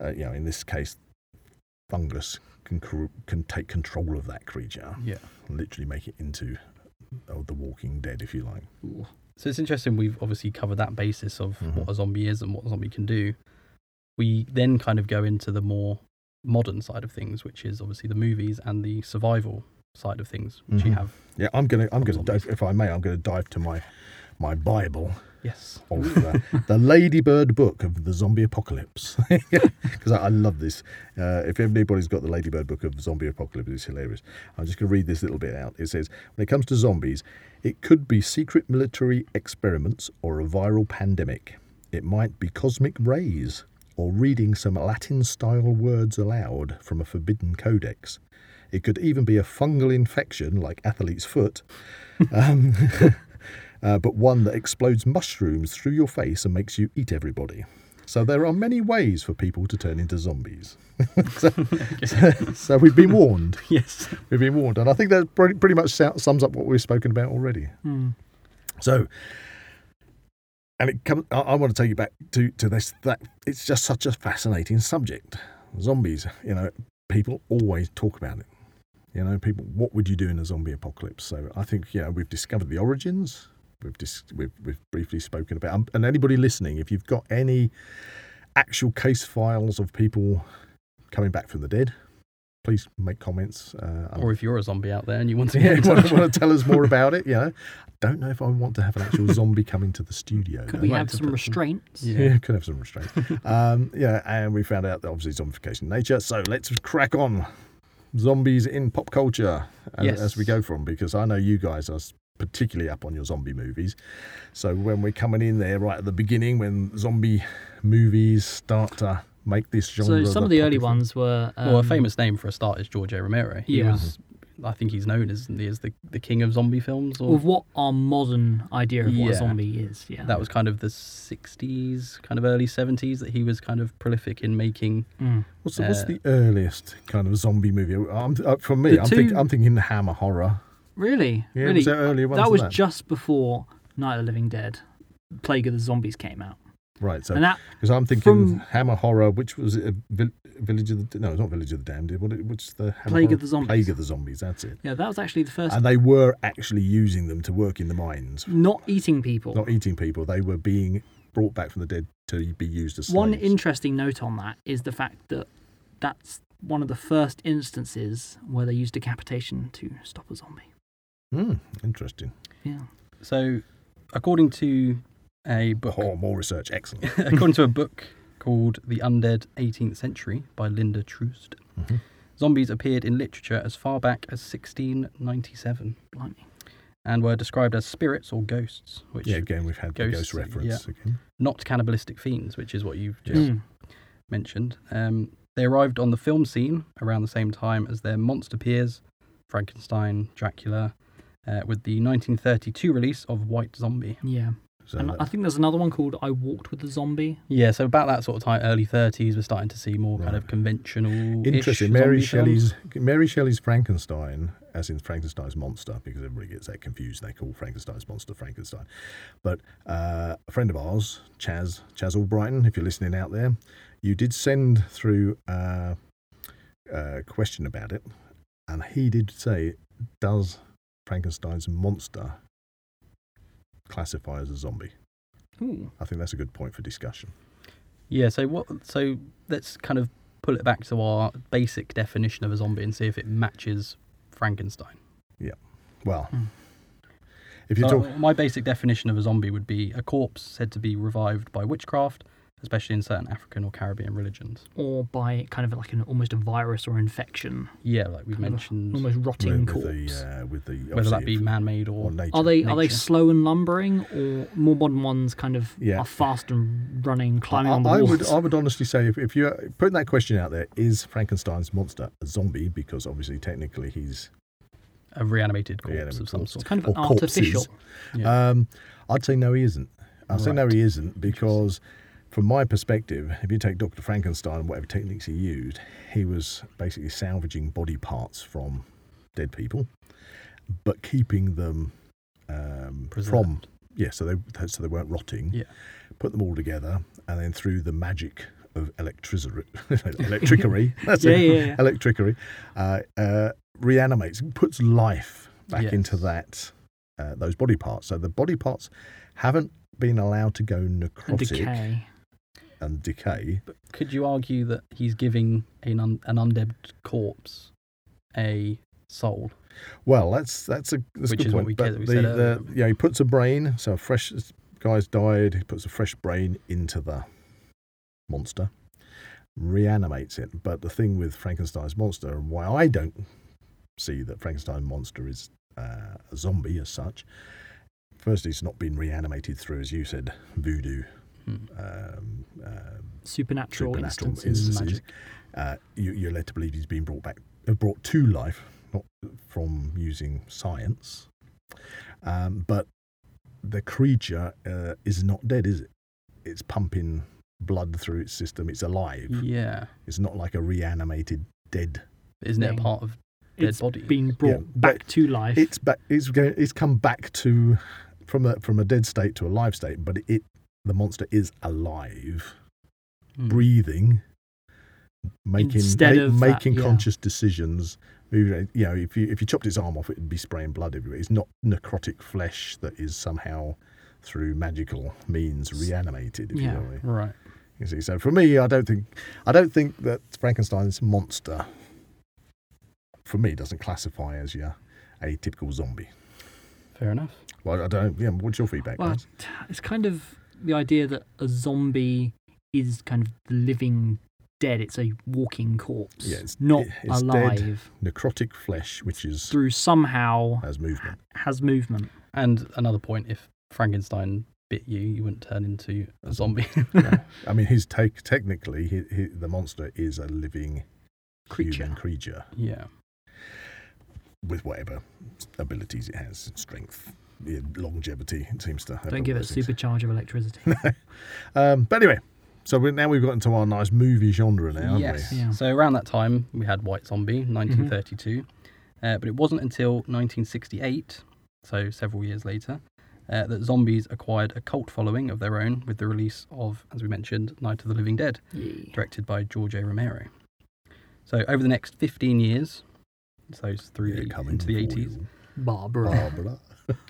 Speaker 1: uh, you know, in this case, fungus can cor- can take control of that creature.
Speaker 4: Yeah.
Speaker 1: literally make it into oh, the Walking Dead, if you like.
Speaker 2: Ooh.
Speaker 4: So it's interesting. We've obviously covered that basis of
Speaker 1: Mhm.
Speaker 4: what a zombie is and what a zombie can do. We then kind of go into the more modern side of things, which is obviously the movies and the survival side of things, which you
Speaker 1: Mhm.
Speaker 4: have.
Speaker 1: Yeah, I'm gonna, I'm gonna,
Speaker 4: Zombies.
Speaker 1: dive, if I may, I'm gonna dive to my my Bible
Speaker 4: Yes.
Speaker 1: of the, Oh, the Ladybird book of the zombie apocalypse because I, I love this. Uh, if anybody's got the Ladybird book of zombie apocalypse, it's hilarious. I'm just going to read this little bit out. It says, when it comes to zombies, it could be secret military experiments or a viral pandemic. It might be cosmic rays or reading some Latin style words aloud from a forbidden codex. It could even be a fungal infection like athlete's foot. Um, uh, but one that explodes mushrooms through your face and makes you eat everybody. So there are many ways for people to turn into zombies. so, so we've been warned.
Speaker 4: Yes.
Speaker 1: We've been warned, and I think that pretty, pretty much sou- sums up what we've spoken about already.
Speaker 2: Hmm.
Speaker 1: So, and it comes. I, I want to take you back to to this. That it's just such a fascinating subject. Zombies. You know, people always talk about it. You know, people. What would you do in a zombie apocalypse? So I think yeah, we've discovered the origins. We've dis- we've, we've briefly spoken about. um, And anybody listening, if you've got any actual case files of people coming back from the dead, please make comments. Uh, I'm
Speaker 4: Or if you're a zombie out there and you want to
Speaker 1: yeah,
Speaker 4: get in
Speaker 1: want,
Speaker 4: touch,
Speaker 1: to, want to tell us more about it? You know, don't know if I want to have an actual zombie come into the studio. though.
Speaker 2: Could we
Speaker 4: like
Speaker 2: have
Speaker 4: to
Speaker 2: some
Speaker 4: put-
Speaker 2: restraints?
Speaker 4: Yeah.
Speaker 1: Yeah. could have some restraint. um, yeah, and we found out that obviously zombification in nature. So let's crack on. Zombies in pop culture as,
Speaker 4: Yes.
Speaker 1: as we go from, because I know you guys are s- particularly up on your zombie movies. So when we're coming in there right at the beginning, when zombie movies start to make this genre,
Speaker 2: So some of the early
Speaker 1: popular-
Speaker 2: ones were um,
Speaker 4: well, a famous name for a start is George A. Romero. He
Speaker 2: Yeah.
Speaker 4: was I think he's known as as the, the king of zombie films. Or
Speaker 2: With what our modern idea of what a
Speaker 4: Yeah.
Speaker 2: zombie is, yeah.
Speaker 4: that was kind of the '60s, kind of early '70s that he was kind of prolific in making.
Speaker 2: Mm.
Speaker 1: What's the, what's
Speaker 4: Uh,
Speaker 1: the earliest kind of zombie movie? I'm, uh, for me,
Speaker 2: The
Speaker 1: I'm, think,
Speaker 2: two-
Speaker 1: I'm thinking Hammer horror.
Speaker 2: Really,
Speaker 1: Yeah,
Speaker 2: really,
Speaker 1: was there earlier ones
Speaker 2: that
Speaker 1: than
Speaker 2: was
Speaker 1: that?
Speaker 2: just before Night of the Living Dead, Plague of the Zombies came out,
Speaker 1: Right, so
Speaker 2: and that
Speaker 1: because I'm thinking
Speaker 2: from-
Speaker 1: Hammer horror, which was it, a vil- Village of the no, it's not Village of the Damned. What it, what's the Hammer
Speaker 2: Plague of
Speaker 1: horror?
Speaker 2: the Zombies.
Speaker 1: Plague of the Zombies. That's it.
Speaker 2: yeah, that was actually the first
Speaker 1: And they were actually using them to work in the mines,
Speaker 2: not eating people.
Speaker 1: not eating people. They were being brought back from the dead to be used as slaves.
Speaker 2: One interesting note on that is the fact that that's one of the first instances where they used decapitation to stop a zombie.
Speaker 1: Hmm, interesting.
Speaker 2: Yeah.
Speaker 4: So, according to a book,
Speaker 1: Oh, more research. Excellent.
Speaker 4: according to a book called The Undead 18th Century by Linda Troost,
Speaker 1: Mhm.
Speaker 4: zombies appeared in literature as far back as 1697
Speaker 2: Blimey.
Speaker 4: and were described as spirits or ghosts, which
Speaker 1: Yeah, again, we've had the
Speaker 4: Ghosts,
Speaker 1: ghost reference
Speaker 4: yeah.
Speaker 1: again.
Speaker 4: not cannibalistic fiends, which is what you've just
Speaker 2: Mm.
Speaker 4: mentioned. Um, they arrived on the film scene around the same time as their monster peers, Frankenstein, Dracula, uh, with the 1932 release of White Zombie.
Speaker 2: Yeah.
Speaker 1: So
Speaker 2: and I
Speaker 1: that-
Speaker 2: think there's another one called I Walked with the Zombie.
Speaker 4: Yeah, so about that sort of time, early 30s, we're starting to see more kind of
Speaker 1: Right.
Speaker 4: conventional.
Speaker 1: interesting. Mary Shelley's Mary Shelley's Frankenstein, as in Frankenstein's monster, because everybody gets that confused. They call Frankenstein's monster Frankenstein. But uh, a friend of ours, Chaz Chaz Albrighton, if you're listening out there, you did send through uh, a question about it, and he did say, "Does Frankenstein's monster classify as a zombie?"
Speaker 2: Ooh.
Speaker 1: I think that's a good point for discussion.
Speaker 4: Yeah, so what? So let's kind of pull it back to our basic definition of a zombie and see if it matches Frankenstein.
Speaker 1: Well,
Speaker 2: Hmm.
Speaker 1: if you
Speaker 4: So
Speaker 1: talk,
Speaker 4: my basic definition of a zombie would be a corpse said to be revived by witchcraft, especially in certain African or Caribbean religions.
Speaker 2: Or by kind of like an almost a virus or infection.
Speaker 4: Yeah, like we've
Speaker 2: Kind of
Speaker 4: mentioned,
Speaker 2: Almost rotting
Speaker 1: with
Speaker 2: corpse.
Speaker 1: the, uh, with the
Speaker 4: whether that
Speaker 1: obviously,
Speaker 4: be man-made
Speaker 1: or
Speaker 4: or
Speaker 1: nature.
Speaker 2: are they are they
Speaker 4: nature.
Speaker 2: slow and lumbering or more modern ones kind of
Speaker 1: Yeah.
Speaker 2: are fast and running, climbing
Speaker 1: I,
Speaker 2: on the
Speaker 1: I
Speaker 2: walls?
Speaker 1: would I would honestly say if, if you're putting that question out there, is Frankenstein's monster a zombie? Because obviously technically he's
Speaker 4: a reanimated corpse
Speaker 1: Reanimated
Speaker 4: of some
Speaker 1: corpse.
Speaker 2: it's
Speaker 4: sort.
Speaker 2: kind of an
Speaker 1: or corpses.
Speaker 2: artificial.
Speaker 4: Yeah.
Speaker 1: um, I'd say no he isn't. I'd say no
Speaker 4: Right.
Speaker 1: he isn't because from my perspective, if you take Dr. Frankenstein and whatever techniques he used, he was basically salvaging body parts from dead people, but keeping them um, from
Speaker 4: Preserved.
Speaker 1: yeah, so they so they weren't rotting.
Speaker 4: Yeah.
Speaker 1: Put them all together, and then through the magic of electricity, electricery, that's
Speaker 2: Yeah,
Speaker 1: it,
Speaker 2: yeah, yeah.
Speaker 1: electricery, uh, uh, reanimates, puts life back
Speaker 4: Yes.
Speaker 1: into that uh, those body parts. So the body parts haven't been allowed to go
Speaker 2: And
Speaker 1: necrotic
Speaker 2: decay.
Speaker 1: and decay.
Speaker 4: But could you argue that he's giving an, un- an undead corpse a soul?
Speaker 1: Well, that's that's a that's a
Speaker 4: Which
Speaker 1: good
Speaker 4: is what
Speaker 1: point.
Speaker 4: we
Speaker 1: but
Speaker 4: get- we
Speaker 1: the,
Speaker 4: said
Speaker 1: the,
Speaker 4: earlier.
Speaker 1: yeah, he puts a brain. So a fresh this guy's died. He puts a fresh brain into the monster, reanimates it. But the thing with Frankenstein's monster, and why I don't see that Frankenstein monster is uh, a zombie as such. Firstly, it's not been reanimated through, as you said, voodoo,
Speaker 4: Hmm.
Speaker 1: um, uh,
Speaker 2: Supernatural,
Speaker 1: supernatural
Speaker 2: instances.
Speaker 1: instances.
Speaker 4: Magic.
Speaker 1: Uh, you, you're led to believe he's been brought back, uh, brought to life, not from using science. Um, but the creature uh, is not dead, is it? It's pumping blood through its system. It's alive.
Speaker 4: Yeah,
Speaker 1: It's not like a reanimated dead.
Speaker 4: isn't it a
Speaker 2: Thing.
Speaker 4: part of dead
Speaker 2: It's
Speaker 4: body?
Speaker 2: been brought
Speaker 1: but
Speaker 2: back to life.
Speaker 1: It's back. It's going, It's come back to from a from a dead state to a live state. But it the monster is alive,
Speaker 4: Hmm.
Speaker 1: breathing, making
Speaker 2: Instead
Speaker 1: ma-
Speaker 2: of that,
Speaker 1: making
Speaker 2: yeah.
Speaker 1: conscious decisions. moving- You know, if you if you chopped its arm off, it'd be spraying blood everywhere. It's not necrotic flesh that is somehow through magical means reanimated. If
Speaker 2: Yeah.
Speaker 1: you know what I mean.
Speaker 4: Right.
Speaker 1: You see, so for me, I don't think I don't think that Frankenstein's monster for me doesn't classify as your atypical zombie.
Speaker 4: Fair enough.
Speaker 1: Well, I don't. Yeah, what's your feedback?
Speaker 2: well,
Speaker 1: guys?
Speaker 2: t- it's kind of the idea that a zombie is kind of the living dead. It's a walking corpse.
Speaker 1: Yeah, it's-
Speaker 2: not
Speaker 1: it- it's dead.
Speaker 2: alive
Speaker 1: Necrotic flesh, which is
Speaker 2: through somehow
Speaker 1: as movement.
Speaker 2: has movement.
Speaker 4: And another point: if Frankenstein bit you, you wouldn't turn into a zombie.
Speaker 1: I mean, his take technically, he, he, the monster is a living
Speaker 2: Creature.
Speaker 1: human creature.
Speaker 4: yeah.
Speaker 1: with whatever abilities it has, strength, yeah, longevity. It seems to have all
Speaker 2: Don't give it a
Speaker 1: those things.
Speaker 2: supercharge of electricity.
Speaker 1: Um, but anyway, so we, now we've got into our nice movie genre now, haven't
Speaker 4: yes.
Speaker 1: we?
Speaker 2: Yeah.
Speaker 4: So around that time, we had White Zombie, 1932. Uh, but it wasn't until 1968, so several years later, uh, that zombies acquired a cult following of their own with the release of, as we mentioned, Night of the Living Dead,
Speaker 2: yeah.
Speaker 4: directed by George A. Romero. So over the next 15 years, so it's through
Speaker 1: They're
Speaker 4: the-
Speaker 1: coming
Speaker 4: into the
Speaker 1: for
Speaker 4: 80s,
Speaker 1: you,
Speaker 2: Barbara.
Speaker 1: Barbara.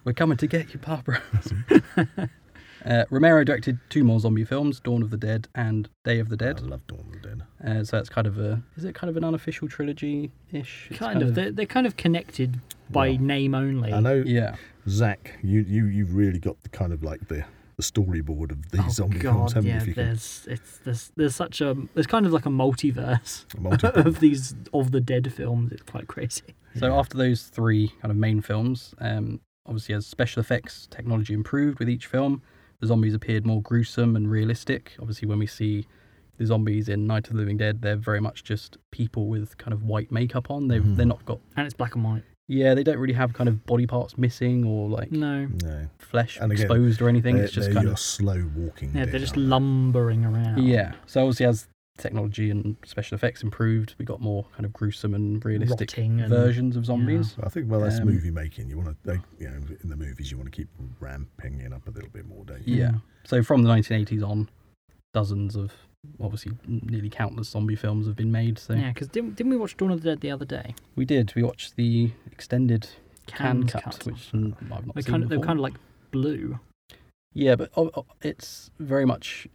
Speaker 4: We're coming to get you, Barbara. uh, Romero directed two more zombie films, Dawn of the Dead and Day of the
Speaker 1: I
Speaker 4: Dead.
Speaker 1: love Dawn of the Dead.
Speaker 4: Uh, so that's kind of a, is it kind of an unofficial trilogy ish?
Speaker 2: kind of. They're, they're kind of connected by
Speaker 1: Well,
Speaker 2: name only.
Speaker 1: I know,
Speaker 4: Yeah.
Speaker 1: Zach, you, you, you've really got the kind of like the, the storyboard of these
Speaker 2: Oh
Speaker 1: zombie
Speaker 2: God,
Speaker 1: films, haven't you?
Speaker 2: yeah.
Speaker 1: If you can,
Speaker 2: There's it's there's there's such a there's kind of like a multiverse
Speaker 1: multiple.
Speaker 2: of these of the dead films. It's quite crazy.
Speaker 4: So after those three kind of main films, um, obviously as special effects technology improved with each film, the zombies appeared more gruesome and realistic. Obviously, when we see the zombies in Night of the Living Dead, they're very much just people with kind of white makeup on.
Speaker 2: Mm-hmm.
Speaker 4: They've they're not got
Speaker 2: And it's black and white.
Speaker 4: yeah, they don't really have kind of body parts missing or like
Speaker 2: No.
Speaker 1: no.
Speaker 4: flesh
Speaker 1: And again,
Speaker 4: exposed or anything.
Speaker 1: They're,
Speaker 4: It's just
Speaker 1: they're
Speaker 4: kind
Speaker 1: your
Speaker 4: of
Speaker 1: slow walking.
Speaker 2: Yeah,
Speaker 1: dead,
Speaker 2: they're just
Speaker 1: aren't
Speaker 2: lumbering around.
Speaker 4: yeah. So obviously as technology and special effects improved, we got more kind of gruesome and realistic
Speaker 2: Rotting and-
Speaker 4: versions of zombies.
Speaker 1: they? I think well, that's
Speaker 4: Um,
Speaker 1: movie making. You want to, you know, in the movies, you want to keep ramping it up a little bit more, don't you?
Speaker 4: Yeah. So from the 1980s on, dozens of obviously nearly countless zombie films have been made. So
Speaker 2: Yeah, because didn't, didn't we watch Dawn of the Dead the other day?
Speaker 4: we did. We watched the extended can,
Speaker 2: Cans
Speaker 4: cut, which mm, I've not
Speaker 2: They
Speaker 4: seen
Speaker 2: kind of, they're
Speaker 4: before.
Speaker 2: kind of like blue.
Speaker 4: Yeah, but o- o- it's very much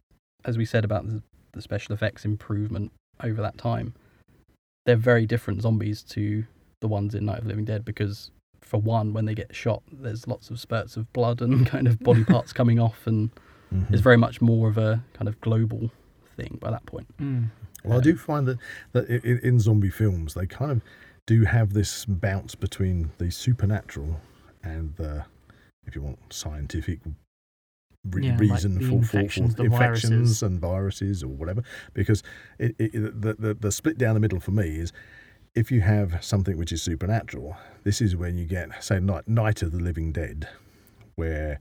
Speaker 4: as we said about the, the special effects improvement over that time. They're very different zombies to the ones in Night of the Living Dead because, for one, when they get shot, there's lots of spurts of blood and kind of body parts coming off, and
Speaker 1: Mhm.
Speaker 4: it's very much more of a kind of global thing by that point.
Speaker 2: Mm.
Speaker 1: Well, I do find that that i- i- in zombie films they kind of do have this bounce between the supernatural and the, if you want, scientific re-
Speaker 2: Yeah, like
Speaker 1: reason
Speaker 2: the
Speaker 1: for, for-
Speaker 2: infections,
Speaker 1: for
Speaker 2: the
Speaker 1: infections
Speaker 2: viruses.
Speaker 1: and viruses or whatever. Because it, it, it- the, the the split down the middle for me is. If you have something which is supernatural, this is when you get, say, Night, Night of the Living Dead, where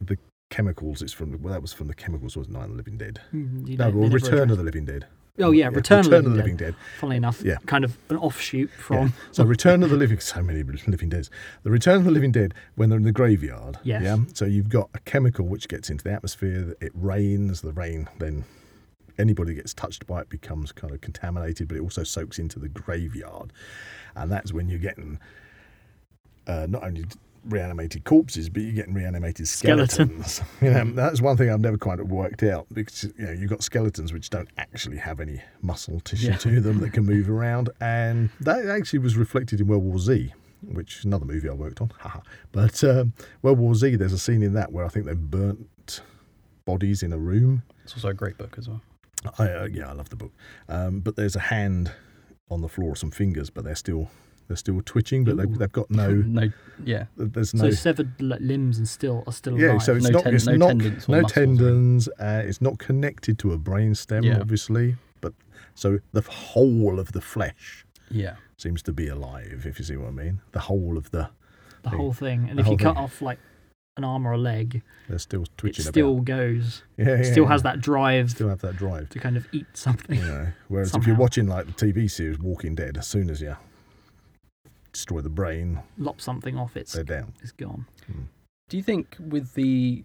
Speaker 1: the chemicals, it's from, well, that was from the chemicals, wasn't it? Night of the Living Dead?
Speaker 2: Mm, you
Speaker 1: No, well,
Speaker 2: don't- they never
Speaker 1: Return of
Speaker 2: address-
Speaker 1: the Living Dead.
Speaker 2: Oh yeah, Return, of, the Living Dead.
Speaker 1: Dead.
Speaker 2: Funnily enough,
Speaker 1: Yeah.
Speaker 2: kind of an offshoot from.
Speaker 1: Yeah. So Return of the Living, so many Living Deads. The Return of the Living Dead when they're in the graveyard.
Speaker 2: Yes.
Speaker 1: Yeah. So you've got a chemical which gets into the atmosphere. It rains. The rain then anybody that gets touched by it becomes kind of contaminated, but it also soaks into the graveyard, and that's when you're getting uh, not only reanimated corpses, but you're getting reanimated
Speaker 2: Skeletons.
Speaker 1: skeletons. you know,
Speaker 2: Hmm.
Speaker 1: that's one thing I've never quite worked out because you know you've got skeletons which don't actually have any muscle tissue
Speaker 4: Yeah.
Speaker 1: to them that can move around, and that actually was reflected in World War Z. Which is another movie I worked on, haha. But um, World War Z, there's a scene in that where I think they've burnt bodies in a room,
Speaker 4: It's also a great book as well.
Speaker 1: I, uh, yeah, I love the book. Um, but there's a hand on the floor, some fingers, but they're still they're still twitching, but
Speaker 2: Ooh.
Speaker 1: they've, they've got no.
Speaker 4: No, yeah,
Speaker 1: There's
Speaker 2: So
Speaker 1: no.
Speaker 2: severed li- limbs and still are still
Speaker 1: yeah,
Speaker 2: alive.
Speaker 1: so it's
Speaker 4: No
Speaker 1: not
Speaker 4: ten-
Speaker 1: it's
Speaker 4: no
Speaker 1: not
Speaker 4: tendons or
Speaker 1: no
Speaker 4: muscles or anything.
Speaker 1: tendons. Uh, it's not connected to a brain stem,
Speaker 4: Yeah.
Speaker 1: obviously. But so the whole of the flesh
Speaker 4: yeah.
Speaker 1: seems to be alive, if you see what I mean. The whole of the
Speaker 2: the
Speaker 1: thing.
Speaker 2: whole thing. And
Speaker 1: The
Speaker 2: if you
Speaker 1: whole
Speaker 2: cut
Speaker 1: thing.
Speaker 2: off like an arm or a leg,
Speaker 1: they're still
Speaker 2: it
Speaker 1: twitching
Speaker 2: still
Speaker 1: about.
Speaker 2: goes.
Speaker 1: Yeah,
Speaker 2: It
Speaker 1: yeah,
Speaker 2: still
Speaker 1: yeah.
Speaker 2: has that drive
Speaker 1: still have that drive.
Speaker 2: to kind of eat something.
Speaker 1: You know, whereas if
Speaker 2: Somehow.
Speaker 1: you're watching like the TV series Walking Dead, as soon as you destroy the brain,
Speaker 2: lop something off, it's
Speaker 1: they're down.
Speaker 2: it's gone.
Speaker 4: Do you think with the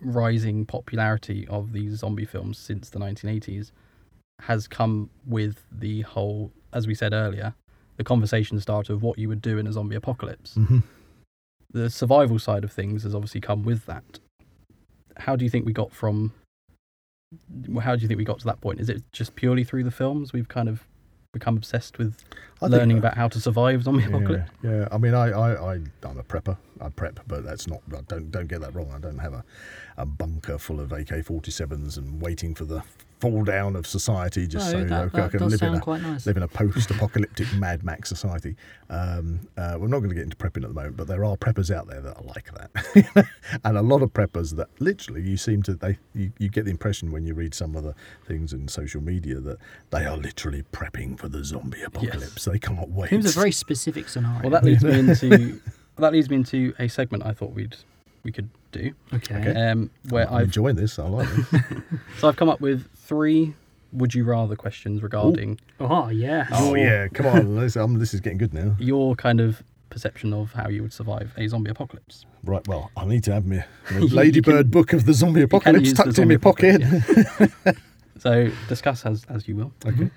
Speaker 4: rising popularity of these zombie films since the 1980s has come with the whole, as we said earlier, the conversation starter of what you would do in a zombie apocalypse?
Speaker 1: Mm-hmm.
Speaker 4: The survival side of things has obviously come with that. How do you think we got from? How do you think we got to that point? Is it just purely through the films? We've kind of become obsessed with learning
Speaker 1: uh,
Speaker 4: about how to survive zombie
Speaker 1: Yeah,
Speaker 4: apocalypse.
Speaker 1: yeah. I mean, I, I, I, I'm a prepper. I prep, but that's not. I Don't don't get that wrong. I don't have a, a bunker full of AK-47s and waiting for the fall down of society, just so
Speaker 2: no, Oh, that,
Speaker 1: okay, I
Speaker 2: that
Speaker 1: can
Speaker 2: does
Speaker 1: live in
Speaker 2: sound
Speaker 1: a
Speaker 2: quite nice.
Speaker 1: live in a post-apocalyptic Mad Max society. Um, uh, we're not going to get into prepping at the moment, but there are preppers out there that are like that, and a lot of preppers that literally you seem to they you, you get the impression when you read some of the things in social media that they are literally prepping for the zombie apocalypse. They can't wait.
Speaker 2: Seems a very specific scenario.
Speaker 4: Well, that leads me into that leads me into a segment I thought we'd we could do,
Speaker 2: okay.
Speaker 4: um, where
Speaker 1: I'm
Speaker 4: I've
Speaker 1: enjoying this. I like this.
Speaker 4: so I've come up with three would you rather questions regarding
Speaker 2: Oh yes.
Speaker 1: oh yeah, come on. This, um, this is getting good now.
Speaker 4: your kind of perception of how you would survive a zombie apocalypse.
Speaker 1: Right. Well, I need to have my my
Speaker 4: You
Speaker 1: Ladybird book of the zombie apocalypse
Speaker 4: use the
Speaker 1: tucked
Speaker 4: zombie
Speaker 1: in my pocket.
Speaker 4: So discuss as as you will.
Speaker 1: Okay.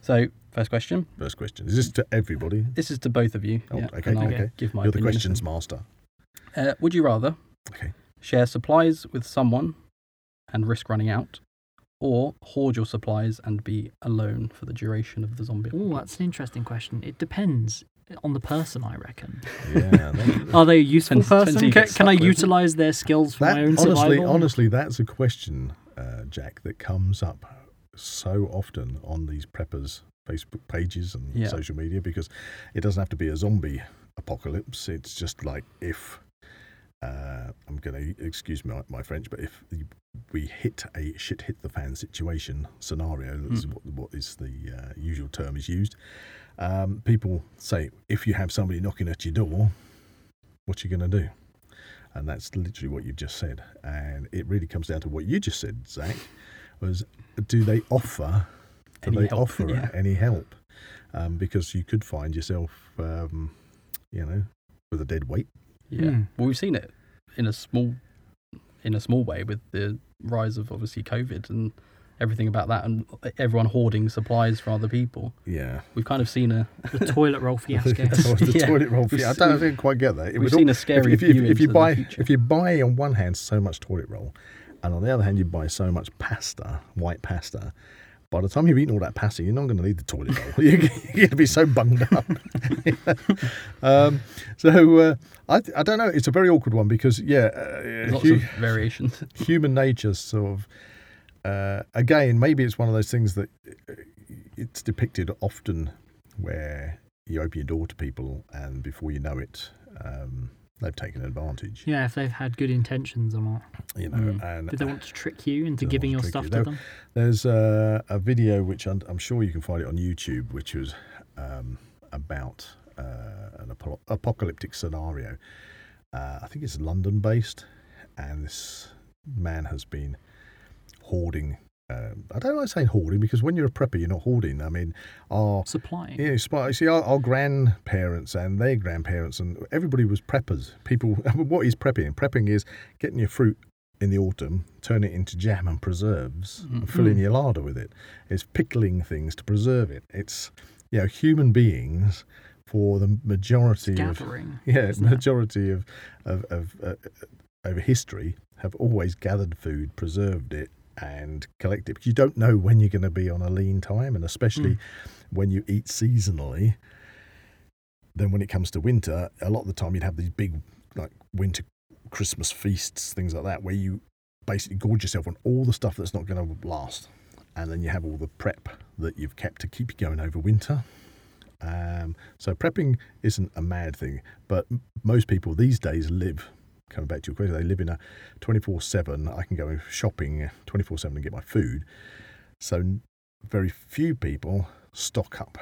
Speaker 4: So first question.
Speaker 1: First question. Is this to everybody?
Speaker 4: This is to both of you.
Speaker 1: Oh,
Speaker 4: yeah,
Speaker 1: okay,
Speaker 4: and I'll
Speaker 1: okay.
Speaker 4: Give my
Speaker 1: You're the
Speaker 4: opinion.
Speaker 1: questions master.
Speaker 4: Uh, would you rather
Speaker 1: Okay.
Speaker 4: share supplies with someone and risk running out, or hoard your supplies and be alone for the duration of the zombie?
Speaker 2: Oh,
Speaker 4: apocalypse?
Speaker 2: that's an interesting question. It depends on the person, I reckon.
Speaker 1: Yeah. that-
Speaker 4: Oh,
Speaker 2: Are they a useful
Speaker 4: Depends- depends who
Speaker 2: person?
Speaker 4: you
Speaker 2: Can,
Speaker 4: get
Speaker 2: can I
Speaker 4: stuck with.
Speaker 2: utilize their skills for
Speaker 1: that
Speaker 2: my own
Speaker 1: honestly,
Speaker 2: survival?
Speaker 1: honestly, that's a question, uh, Jack, that comes up so often on these preppers' Facebook pages and
Speaker 4: Yeah.
Speaker 1: social media because it doesn't have to be a zombie apocalypse. It's just like if uh, I'm going to excuse my, my French, but if the- we hit a shit hit the fan situation scenario,
Speaker 4: Hmm.
Speaker 1: that's what, what is the uh, usual term is used. Um, people say if you have somebody knocking at your door, what you going to do? And that's literally what you've just said. And it really comes down to what you just said, Zach, was do they offer, do
Speaker 4: Any
Speaker 1: they
Speaker 4: help,
Speaker 1: offer
Speaker 4: yeah.
Speaker 1: any help? Um, because you could find yourself, um, you know, with a dead weight.
Speaker 4: Yeah.
Speaker 2: Hmm.
Speaker 4: Well, we've seen it in a small, in a small way with the rise of obviously COVID and everything about that, and everyone hoarding supplies for other people.
Speaker 1: Yeah.
Speaker 4: We've kind of seen a
Speaker 2: The toilet roll fiasco.
Speaker 1: the
Speaker 4: Yeah.
Speaker 1: toilet roll
Speaker 4: We've
Speaker 1: fiasco. I
Speaker 4: seen-
Speaker 1: don't I didn't quite get that. It
Speaker 4: we've seen a
Speaker 1: if-
Speaker 4: scary
Speaker 1: if, you- if,
Speaker 4: view
Speaker 1: if you
Speaker 4: into the
Speaker 1: buy
Speaker 4: future.
Speaker 1: if you buy on one hand so much toilet roll, and on the other hand you buy so much pasta, white pasta. By the time you've eaten all that pasta, you're not going to need the toilet roll. You're going to be so bunged up. um, so uh, I, I don't know. It's a very awkward one because yeah, uh,
Speaker 4: lots
Speaker 1: you-
Speaker 4: of variations.
Speaker 1: human nature sort of uh, again maybe it's one of those things that uh, it's depicted often where you open your door to people and before you know it um, they've taken advantage
Speaker 2: yeah, if they've had good intentions or not.
Speaker 1: you know
Speaker 4: Mm.
Speaker 1: and
Speaker 2: Did they want to trick you into
Speaker 1: They
Speaker 2: giving your
Speaker 1: want to trick
Speaker 2: stuff
Speaker 1: you.
Speaker 2: to
Speaker 1: They-
Speaker 2: them?
Speaker 1: There's uh, a video which I'm, I'm sure you can find it on YouTube, which was um, about uh, an apo- apocalyptic scenario. Uh, I think it's London based, and this man has been hoarding. Um, I don't like saying hoarding because when you're a prepper, you're not hoarding. I mean, our
Speaker 2: Supplying.
Speaker 1: yeah, it's smart. You see, our, our grandparents and their grandparents and everybody was preppers. People, what is prepping? Prepping is getting your fruit in the autumn, turn it into jam and preserves, and filling your larder with it. It's pickling things to preserve it. It's you know human beings for the majority of
Speaker 2: Gathering.
Speaker 1: yeah
Speaker 2: isn't it?
Speaker 1: majority of of, of uh, over history have always gathered food, preserved it, and collected it. Because you don't know when you're going to be on a lean time, and especially when you eat seasonally. Then when it comes to winter, a lot of the time you'd have these big like winter Christmas feasts, things like that, where you basically gorge yourself on all the stuff that's not going to last, and then you have all the prep that you've kept to keep you going over winter. Um, so prepping isn't a mad thing, but m- most people these days live. Coming back to your question, they live in a 24 7. I can go shopping 24 7 and get my food. So n- very few people stock up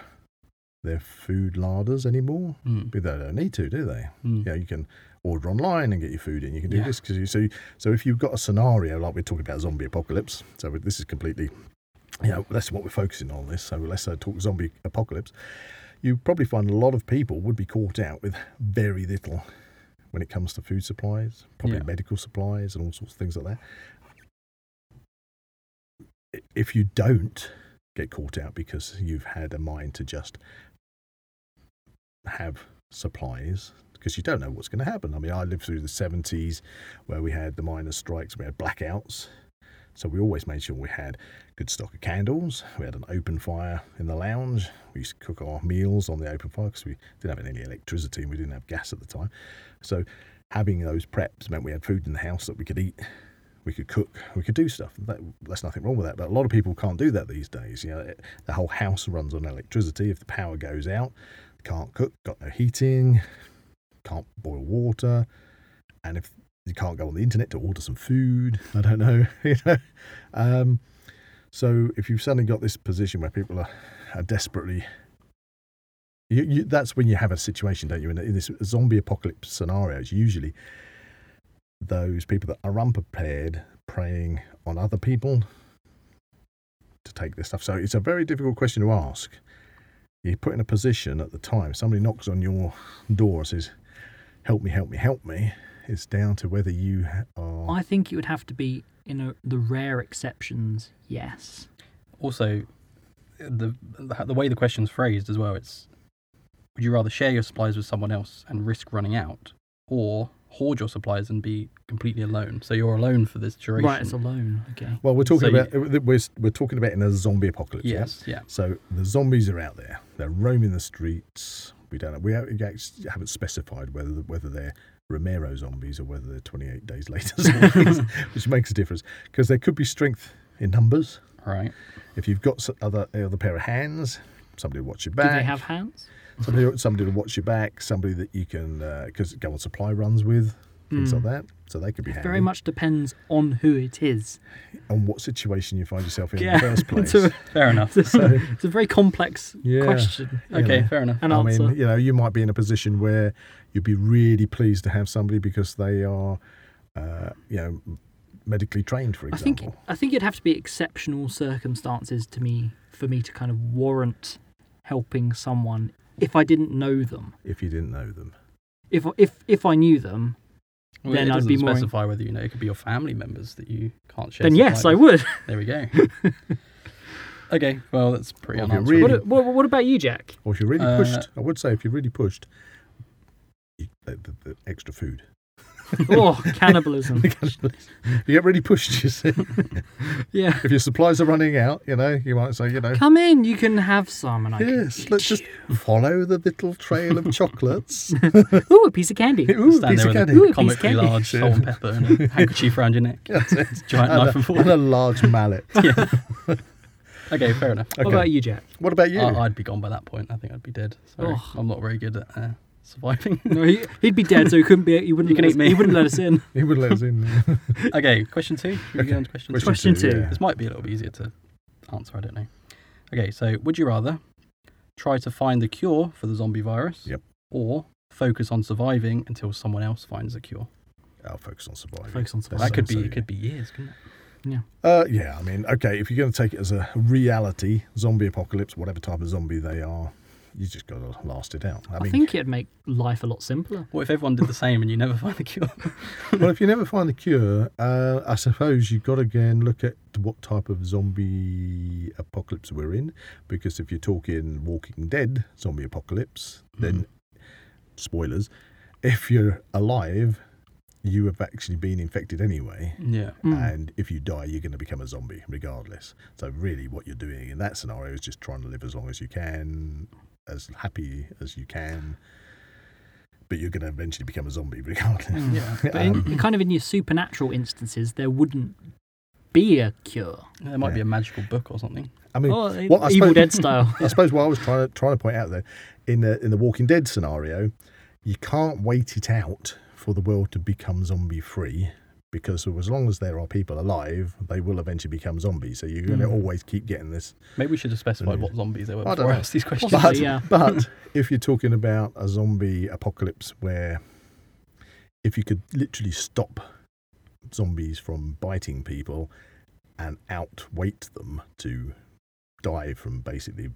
Speaker 1: their food larders anymore.
Speaker 4: Mm,
Speaker 1: But they don't need to, do they?
Speaker 4: mm.
Speaker 1: you know, you can order online and get your food in. You can do
Speaker 4: Yeah.
Speaker 1: this 'cause you so so if you've got a scenario like we're talking about zombie apocalypse, so this is completely, you know, that's what we're focusing on this. So let's uh, talk zombie apocalypse. You probably find a lot of people would be caught out with very little when it comes to food supplies, probably
Speaker 4: Yeah.
Speaker 1: medical supplies and all sorts of things like that. I- If you don't get caught out because you've had a mind to just have supplies because you don't know what's going to happen. I mean, I lived through the 70s where we had the miners' strikes, we had blackouts. So we always made sure we had good stock of candles. We had an open fire in the lounge. We used to cook our meals on the open fire because we didn't have any electricity and we didn't have gas at the time. So having those preps meant we had food in the house that we could eat we could cook, we could do stuff. That, there's nothing wrong with that. But a lot of people can't do that these days. You know, it, the whole house runs on electricity. If the power goes out, can't cook, got no heating, can't boil water, and if you can't go on the internet to order some food, I don't know. You know, um, so if you've suddenly got this position where people are, are desperately you, you, that's when you have a situation, don't you? In, in this zombie apocalypse scenario, it's usually those people that are unprepared preying on other people to take this stuff. So it's a very difficult question to ask. You're put in a position at the time, somebody knocks on your door and says, Help me, help me, help me. It's down to whether you are.
Speaker 2: I think it would have to be in a, the rare exceptions, yes.
Speaker 4: Also, the the way the question's phrased as well, it's would you rather share your supplies with someone else and risk running out, or hoard your supplies and be completely alone? So you're alone for this duration.
Speaker 2: Right, it's alone. Okay.
Speaker 1: Well, we're talking
Speaker 4: So
Speaker 1: about uh, we're, we're talking about in a zombie apocalypse. yeah?
Speaker 4: yes, yeah.
Speaker 1: So the zombies are out there. They're roaming the streets. We don't know. We ha- we actually haven't specified whether whether they're Romero zombies or whether they're 28 days later zombies, which makes a difference because there could be strength in numbers.
Speaker 4: Right.
Speaker 1: If you've got s- other other pair of hands, somebody to watch your
Speaker 2: Do
Speaker 1: back.
Speaker 2: they have hands?
Speaker 1: somebody somebody to watch your back. Somebody that you can because go on supply runs with things like that. So they could be handy.
Speaker 2: Hmm. Very much depends on who it is.
Speaker 1: on what situation you find yourself in in
Speaker 2: Yeah.
Speaker 1: the first place.
Speaker 2: it's, a,
Speaker 4: Fair enough.
Speaker 2: it's, a, it's a very complex
Speaker 1: Yeah.
Speaker 2: question.
Speaker 4: Okay,
Speaker 1: Yeah.
Speaker 4: fair enough.
Speaker 2: An
Speaker 1: I
Speaker 2: answer.
Speaker 1: mean, you know, you might be in a position where you'd be really pleased to have somebody because they are, uh, you know, medically trained, for
Speaker 2: I think
Speaker 1: example.
Speaker 2: I think it'd have to be exceptional circumstances to me for me to kind of warrant helping someone if I didn't know them.
Speaker 1: if you didn't know them,
Speaker 2: If if if I knew them,
Speaker 4: Well,
Speaker 2: then
Speaker 4: it
Speaker 2: I'd
Speaker 4: doesn't
Speaker 2: be more in-
Speaker 4: specify whether you know it could be your family members that you can't share.
Speaker 2: then yes, I
Speaker 4: supplies.
Speaker 2: would.
Speaker 4: There we go. okay, well that's pretty
Speaker 1: Well, if you're
Speaker 4: unanswerable.
Speaker 1: really-
Speaker 2: What, what, what about you, Jack?
Speaker 1: or if you're really
Speaker 4: Uh,
Speaker 1: pushed, I would say if you're really pushed, you, the, the, the extra food.
Speaker 2: Oh, cannibalism.
Speaker 1: you get really pushed. You see,
Speaker 2: Yeah.
Speaker 1: if your supplies are running out, you know, you might say, you know,
Speaker 2: Come in, you can have some, and I can
Speaker 1: yes, let's just follow the little trail of chocolates.
Speaker 2: Ooh, a piece of candy.
Speaker 1: Ooh,
Speaker 4: Stand
Speaker 1: piece
Speaker 4: there
Speaker 1: of
Speaker 4: with
Speaker 1: candy.
Speaker 2: Ooh,
Speaker 4: a
Speaker 2: piece of
Speaker 4: comically
Speaker 2: candy.
Speaker 4: large salt and pepper and a handkerchief around your neck.
Speaker 1: That's it.
Speaker 4: Giant
Speaker 1: and,
Speaker 4: knife
Speaker 1: a,
Speaker 4: and fork.
Speaker 1: and a large mallet.
Speaker 4: yeah. Okay, fair enough.
Speaker 2: What
Speaker 1: Okay.
Speaker 2: about you, Jack?
Speaker 1: What about you?
Speaker 4: I, I'd be gone by that point. I think I'd be dead. Sorry,
Speaker 2: Oh.
Speaker 4: I'm not very good at uh, surviving.
Speaker 2: No, he, he'd be dead, so he couldn't be. He wouldn't.
Speaker 4: You can
Speaker 2: let
Speaker 4: eat
Speaker 2: us,
Speaker 4: me.
Speaker 2: He wouldn't let us in.
Speaker 1: he would let us in.
Speaker 4: okay, question two. We can go on to question two.
Speaker 2: Question two.
Speaker 1: yeah.
Speaker 4: This might be a little bit easier to answer. I don't know. Okay, so would you rather try to find the cure for the zombie virus,
Speaker 1: Yep.
Speaker 4: or focus on surviving until someone else finds a cure?
Speaker 1: I'll focus on surviving.
Speaker 2: Focus on
Speaker 1: That's
Speaker 2: surviving.
Speaker 4: That could
Speaker 1: so-
Speaker 4: be
Speaker 1: so-
Speaker 4: it could be years, couldn't it?
Speaker 1: Uh, yeah, I mean, okay, if you're going to take it as a reality zombie apocalypse, whatever type of zombie they are, you just got to last it out. I
Speaker 2: I
Speaker 1: mean,
Speaker 2: think it'd make life a lot simpler.
Speaker 4: What if everyone did the same and you never find the cure?
Speaker 1: well, if you never find the cure, uh, I suppose you've got to again look at what type of zombie apocalypse we're in, because if you're talking Walking Dead zombie apocalypse,
Speaker 2: Hmm.
Speaker 1: then spoilers, if you're alive, you have actually been infected anyway.
Speaker 4: yeah.
Speaker 2: Mm.
Speaker 1: and if you die, you're going to become a zombie regardless. So really, what you're doing in that scenario is just trying to live as long as you can, as happy as you can. But you're going to eventually become a zombie regardless. Um,
Speaker 4: Yeah.
Speaker 2: Mm. But in, kind of in your supernatural instances, there wouldn't be a cure.
Speaker 4: There might be
Speaker 1: Yeah.
Speaker 4: a magical book or something.
Speaker 1: I mean,
Speaker 2: Oh,
Speaker 1: what I
Speaker 2: Evil
Speaker 1: suppose-
Speaker 2: Dead style.
Speaker 1: I suppose what I was trying to trying to point out though, in the in the Walking Dead scenario, you can't wait it out for the world to become zombie free because as long as there are people alive, they will eventually become zombies. So you're going to
Speaker 2: Mm.
Speaker 1: always keep getting this
Speaker 4: Maybe we should have
Speaker 1: Mm.
Speaker 4: specified what zombies there were
Speaker 1: I don't
Speaker 4: before I
Speaker 1: know.
Speaker 4: asked these questions.
Speaker 2: Possibly.
Speaker 1: but,
Speaker 2: yeah.
Speaker 1: but if you're talking about a zombie apocalypse where if you could literally stop zombies from biting people and outweight them to die from basically,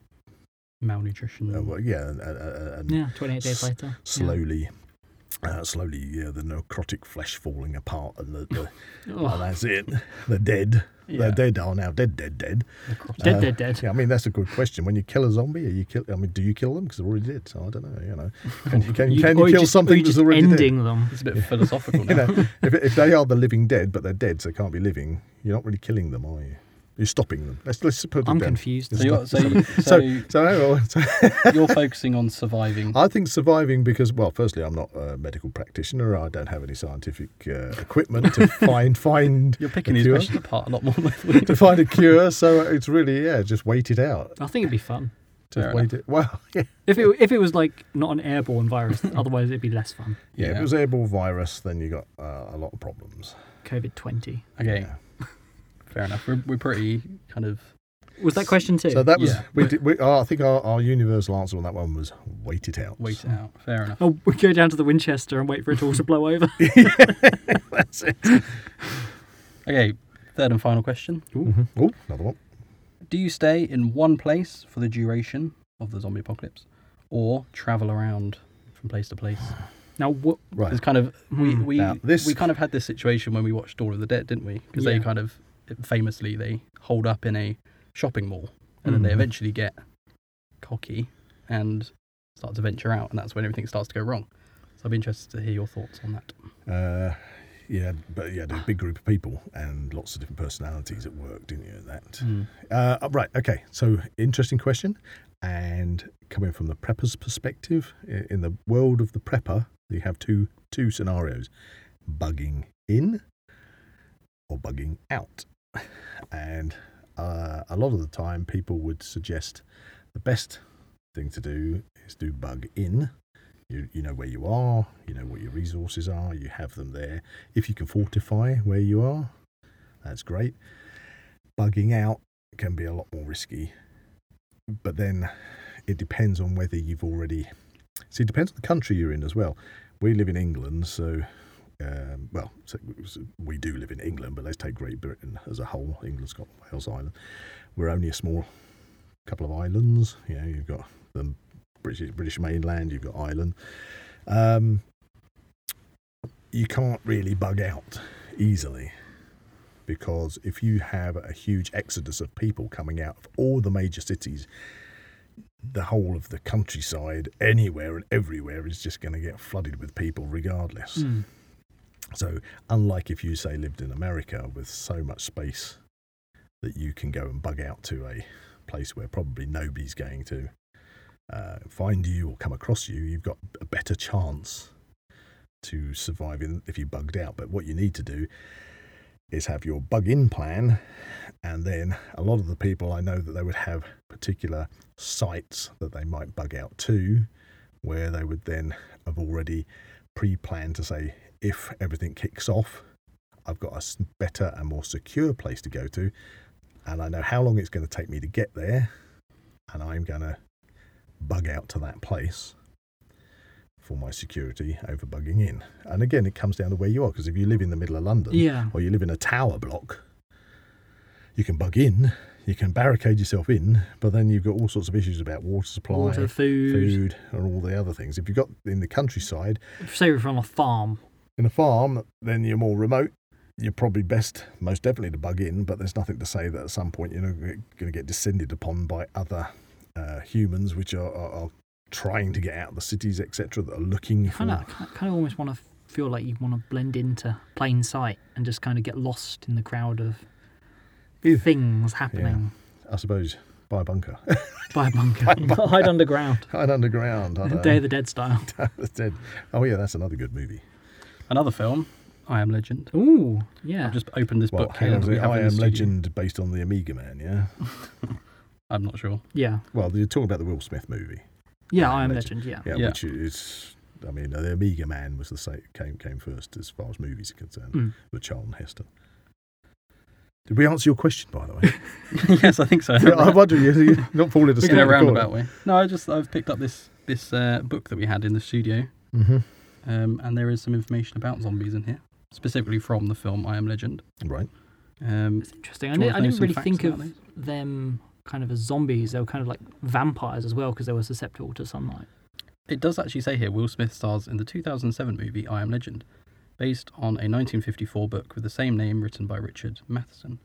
Speaker 4: Malnutrition.
Speaker 1: uh, well, yeah, and, and- and, and
Speaker 2: Mm. Yeah, 28 days later. Yeah.
Speaker 1: slowly. Uh, slowly, yeah, the necrotic flesh falling apart, and the, the and
Speaker 2: Oh,
Speaker 1: that's it. They're dead.
Speaker 4: Yeah.
Speaker 1: They're dead. Are now dead, dead, dead.
Speaker 4: necrotic.
Speaker 2: dead,
Speaker 1: Uh,
Speaker 2: dead, dead.
Speaker 1: Yeah, I mean that's a good question. When you kill a zombie, are you kill? I mean, do you kill them? Because they're already dead. So I don't know. You know, can, you- can, you- can
Speaker 2: or
Speaker 1: you kill
Speaker 2: just, or
Speaker 1: something
Speaker 2: you
Speaker 1: that's
Speaker 2: just
Speaker 1: already
Speaker 2: ending them.
Speaker 4: It's a bit philosophical now.
Speaker 1: dead? You know, if, if they are the living dead, but they're dead, so they can't be living. You're not really killing them, are you? You're stopping them. Let's let's put it
Speaker 2: I'm
Speaker 1: down.
Speaker 2: confused.
Speaker 4: So, you're, so, you-
Speaker 1: So,
Speaker 4: so
Speaker 1: so, so
Speaker 4: you're focusing on surviving.
Speaker 1: I think surviving because, well, firstly, I'm not a medical practitioner. I don't have any scientific uh, equipment to find find
Speaker 4: You're picking
Speaker 1: a
Speaker 4: these
Speaker 1: cure,
Speaker 4: questions apart a lot more. than we do.
Speaker 1: to find a cure. So it's really yeah, just wait it out.
Speaker 2: I think it'd be fun
Speaker 1: Just
Speaker 4: Fair
Speaker 1: wait it. Well, yeah.
Speaker 2: if it if it was like not an airborne virus. otherwise, it'd be less fun.
Speaker 1: yeah. If it was airborne virus, then you got uh, a lot of problems.
Speaker 2: COVID twenty
Speaker 4: okay,
Speaker 1: Yeah.
Speaker 4: fair enough. We're, we're pretty kind of
Speaker 2: was that question two?
Speaker 1: So that was
Speaker 4: Yeah.
Speaker 1: we. Did, we oh, I think our, our universal answer on that one was wait it out.
Speaker 4: wait it out. Fair enough.
Speaker 2: oh, we go down to the Winchester and wait for it all to blow over.
Speaker 1: That's it.
Speaker 4: Okay, third and final question.
Speaker 1: Oh, another one.
Speaker 4: Do you stay in one place for the duration of the zombie apocalypse, or travel around from place to place?
Speaker 2: now, what
Speaker 1: Right. Mm.
Speaker 4: It's kind of we
Speaker 2: Hmm.
Speaker 4: we
Speaker 1: Now, this-
Speaker 4: we kind of had this situation when we watched Dawn of the Dead, didn't we? Because they
Speaker 2: Yeah.
Speaker 4: kind of famously they hold up in a shopping mall, and then they
Speaker 1: Mm.
Speaker 4: eventually get cocky and start to venture out, and that's when everything starts to go wrong. So I'd be interested to hear your thoughts on that.
Speaker 1: Uh, yeah, but yeah, a big group of people and lots of different personalities at work, didn't you? at That. Uh, right. Okay. So interesting question, and coming from the prepper's perspective, i- in the world of the prepper, you have two two scenarios: bugging in or bugging out. And uh, a lot of the time, people would suggest the best thing to do is do bug in. You, you know where you are, you know what your resources are, you have them there. If you can fortify where you are, that's great. Bugging out can be a lot more risky, but then it depends on whether you've already. See, it depends on the country you're in as well. We live in England, so. Um, well, so so we do live in England, but let's take Great Britain as a whole England, Scotland, Wales, Ireland. We're only a small couple of islands. You know, you've got the British, British mainland, you've got Ireland. Um, you can't really bug out easily because if you have a huge exodus of people coming out of all the major cities, the whole of the countryside, anywhere and everywhere, is just going to get flooded with people regardless.
Speaker 2: Mm.
Speaker 1: So, unlike if you say lived in America with so much space that you can go and bug out to a place where probably nobody's going to uh, find you or come across you, you've got a better chance to survive in, if you bugged out. But what you need to do is have your bug in plan, and then a lot of the people I know that they would have particular sites that they might bug out to, where they would then have already pre planned to say, if everything kicks off, I've got a s- better and more secure place to go to, and I know how long it's going to take me to get there, and I'm going to bug out to that place for my security over bugging in. And again, it comes down to where you are, because if you live in the middle of London
Speaker 2: Yeah.
Speaker 1: or you live in a tower block, you can bug in, you can barricade yourself in, but then you've got all sorts of issues about water supply,
Speaker 2: Water, food.
Speaker 1: food, and all the other things. If you've got in the countryside,
Speaker 2: Say we're from a farm.
Speaker 1: in a farm, then you're more remote. You're probably best, most definitely, to bug in, but there's nothing to say that at some point you're going to get descended upon by other uh, humans, which are, are, are trying to get out of the cities, etc., that are looking for.
Speaker 2: Kind of, kind of almost want to feel like you want to blend into plain sight and just kind of get lost in the crowd of
Speaker 1: Yeah.
Speaker 2: things happening.
Speaker 1: I suppose buy a bunker,
Speaker 2: By a bunker, hide underground,
Speaker 1: hide underground. I don't
Speaker 2: Day of the Dead style.
Speaker 1: know. Dead. Oh yeah, that's another good movie.
Speaker 4: Another film, I Am Legend.
Speaker 2: Ooh, yeah.
Speaker 4: I've just opened this
Speaker 1: Well,
Speaker 4: book.
Speaker 1: hang
Speaker 4: here
Speaker 1: on,
Speaker 4: that
Speaker 1: is
Speaker 4: we
Speaker 1: it
Speaker 4: have
Speaker 1: I
Speaker 4: in the
Speaker 1: Am
Speaker 4: studio.
Speaker 1: Legend based on the Amiga Man. Yeah.
Speaker 4: I'm not sure.
Speaker 2: yeah,
Speaker 1: Well, you're talking about the Will Smith movie.
Speaker 2: yeah.
Speaker 1: I
Speaker 2: I
Speaker 1: Am
Speaker 2: am
Speaker 1: Legend.
Speaker 2: Legend. Yeah.
Speaker 1: Yeah,
Speaker 4: Yeah.
Speaker 1: which is, I mean, the Amiga Man was the same, came came first as far as movies are concerned
Speaker 2: Mm.
Speaker 1: with Charlton Heston. Did we answer your question, by the way?
Speaker 4: yes, I think so.
Speaker 1: yeah, I wonder you you're not falling
Speaker 4: Took
Speaker 1: asleep.
Speaker 4: it in a roundabout way. No, I just I've picked up this this uh, book that we had in the studio,
Speaker 1: hmm
Speaker 4: um, and there is some information about zombies in here, specifically from the film I Am Legend.
Speaker 1: Right.
Speaker 4: Um,
Speaker 2: It's interesting. I,
Speaker 4: Do
Speaker 2: didn't-
Speaker 4: you want
Speaker 2: I
Speaker 4: to know
Speaker 2: didn't
Speaker 4: some
Speaker 2: really
Speaker 4: facts
Speaker 2: think
Speaker 4: about
Speaker 2: of them kind of as zombies. They were kind of like vampires as well because they were susceptible to sunlight.
Speaker 4: It does actually say here Will Smith stars in the 2007 movie I Am Legend, based on a 1954 book with the same name written by Richard Matheson.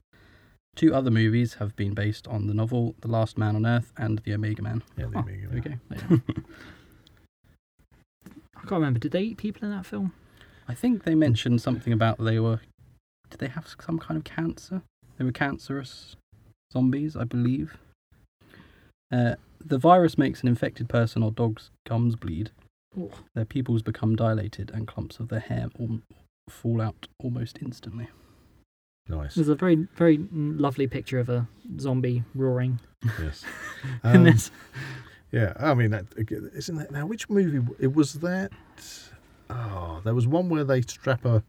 Speaker 4: Two other movies have been based on the novel The Last Man on Earth and The Omega Man.
Speaker 1: Yeah, the
Speaker 2: Oh,
Speaker 1: Amiga
Speaker 4: There
Speaker 1: Man.
Speaker 4: we go.
Speaker 2: Yeah. I can't remember. Did they eat people in that film?
Speaker 4: I think they mentioned something about they were. Did they have some kind of cancer? They were cancerous. zombies, I believe. Uh, the virus makes an infected person or dog's gums bleed.
Speaker 2: Oh.
Speaker 4: Their pupils become dilated and clumps of their hair al- fall out almost instantly.
Speaker 1: Nice.
Speaker 2: There's a very, very lovely picture of a zombie roaring.
Speaker 1: yes.
Speaker 2: and
Speaker 1: Um,
Speaker 2: there's
Speaker 1: yeah, I mean, that, isn't that now? Which movie w- it was that? Oh, there was one where they strap a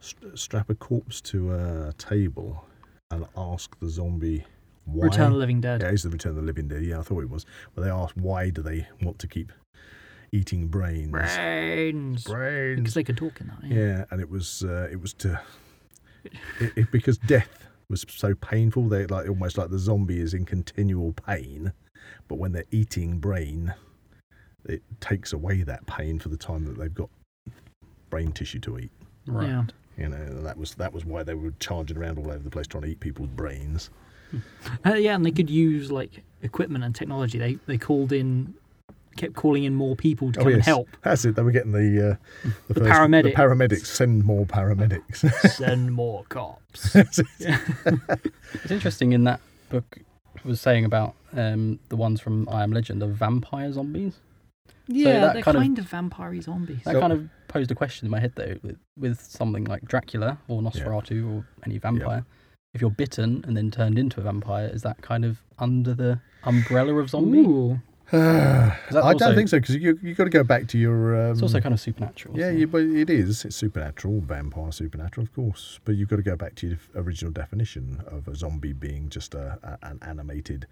Speaker 1: st- strap a corpse to a table and ask the zombie why.
Speaker 2: Return of the Living Dead.
Speaker 1: yeah, it's the Return of the Living Dead. Yeah, I thought it was. But they asked why do they want to keep eating brains?
Speaker 2: Brains. Because
Speaker 1: Brains.
Speaker 2: they can talk in that. Yeah.
Speaker 1: Yeah, and it was uh, it was to it, it, because death was so painful. They like almost like the zombie is in continual pain, but when they're eating brain, it takes away that pain for the time that they've got brain tissue to eat.
Speaker 4: Right.
Speaker 2: Yeah.
Speaker 1: You know, and that was that was why they were charging around all over the place trying to eat people's brains.
Speaker 2: Uh, yeah, and they could use like equipment and technology. They they called in, kept calling in more people
Speaker 1: Oh,
Speaker 2: to come and help.
Speaker 1: That's it. They were getting the uh, the, first,
Speaker 2: paramedics.
Speaker 1: The paramedics send more paramedics.
Speaker 2: Send more cops.
Speaker 1: That's it.
Speaker 4: It's interesting in that book was saying about um, the ones from I Am Legend, the vampire zombies.
Speaker 2: Yeah,
Speaker 4: that
Speaker 2: they're
Speaker 4: kind of-
Speaker 2: kind of, vampire zombies.
Speaker 4: That
Speaker 1: So-
Speaker 4: kind of posed a question in my head though, with, with something like Dracula or Nosferatu or any vampire. If you're bitten and then turned into a vampire, is that kind of under the umbrella of zombie?
Speaker 2: Ooh.
Speaker 4: Is that
Speaker 1: I don't
Speaker 4: also-
Speaker 1: think so because you you got to go back to your. Um,
Speaker 4: It's also kind of supernatural.
Speaker 1: Yeah,
Speaker 4: so-
Speaker 1: you, but it is. It's supernatural, vampire supernatural, of course. But you've got to go back to your original definition of a zombie being just a, a an animated,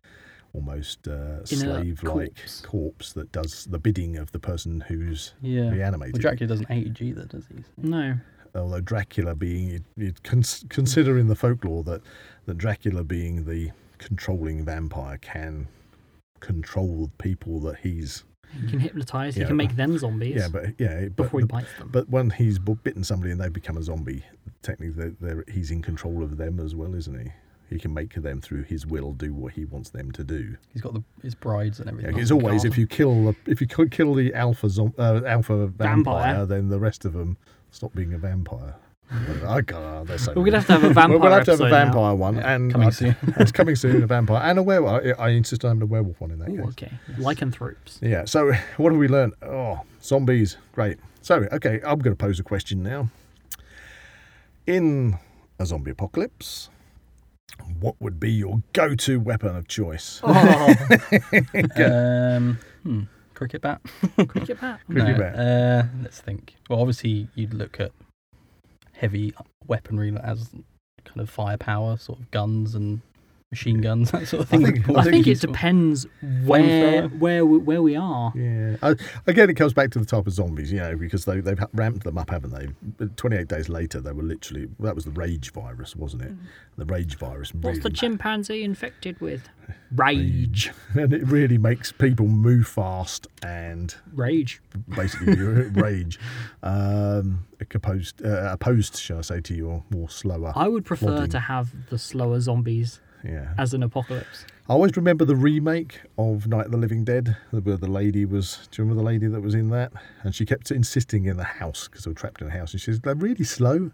Speaker 1: almost uh, slave-like
Speaker 2: corpse.
Speaker 1: corpse. that does the bidding of the person who's
Speaker 4: yeah.
Speaker 1: reanimated.
Speaker 4: Well, Dracula doesn't age either, does he?
Speaker 2: No.
Speaker 1: Although Dracula being, you'd, you'd cons- consider in the folklore that that Dracula being the controlling vampire can control people that he's.
Speaker 2: He can hypnotize, he
Speaker 1: Yeah,
Speaker 2: can make
Speaker 1: but-
Speaker 2: them zombies
Speaker 1: Yeah, but yeah, but
Speaker 2: before
Speaker 1: the-
Speaker 2: he bites them.
Speaker 1: But when he's bu- bitten somebody and they become a zombie, technically they're, they're, he's in control of them as well, isn't he? He can make them through his will do what he wants them to do.
Speaker 4: He's got the, his brides and
Speaker 1: Yeah,
Speaker 4: everything.
Speaker 1: it's always if you kill the, if you c- kill the alpha zom, uh, alpha vampire,
Speaker 2: Vampire.
Speaker 1: then the rest of them stop being a vampire. I God, they're so
Speaker 2: We're going to have to have a vampire
Speaker 1: We'll- we'll have to have a
Speaker 2: episode now.
Speaker 1: vampire one,
Speaker 4: Yeah,
Speaker 1: and
Speaker 4: coming
Speaker 1: I-
Speaker 4: soon.
Speaker 1: it's coming soon. A vampire and a werewolf. I, I insist on the werewolf one in that
Speaker 2: Ooh,
Speaker 1: case.
Speaker 2: okay. Lycanthropes.
Speaker 1: Yeah. So what have we learned? Oh, zombies. Great. So okay, I'm going to pose a question now. In a zombie apocalypse, what would be your go-to weapon of choice?
Speaker 2: Oh,
Speaker 4: Um, hmm, cricket bat.
Speaker 2: cricket bat.
Speaker 1: Cricket bat.
Speaker 4: Uh, let's think. Well, obviously you'd look at heavy weaponry as kind of firepower, sort of guns and machine guns, that sort of thing. would
Speaker 1: think- I
Speaker 2: I
Speaker 4: probably
Speaker 2: think
Speaker 4: be
Speaker 2: it
Speaker 4: useful.
Speaker 2: depends where
Speaker 4: Flamethrower.
Speaker 2: where we, where we are.
Speaker 1: Yeah. I, again, it comes back to the type of zombies, you know, because they, they've ha- ramped them up, haven't they? But 28 days later, they were literally, that was the rage virus, wasn't it? The rage virus.
Speaker 2: Mm. What's
Speaker 1: really
Speaker 2: the chimpanzee infected with? Rage.
Speaker 1: And it really makes people move fast and
Speaker 2: Rage.
Speaker 1: basically your rage um, opposed, uh, opposed, shall I say, to your more slower.
Speaker 2: I would prefer
Speaker 1: plodding.
Speaker 2: to have the slower zombies
Speaker 1: Yeah,
Speaker 2: as an apocalypse.
Speaker 1: I always remember the remake of Night of the Living Dead, where the lady was. Do you remember the lady that was in that? And she kept insisting in the house because they were trapped in the house, and she says they're really slow.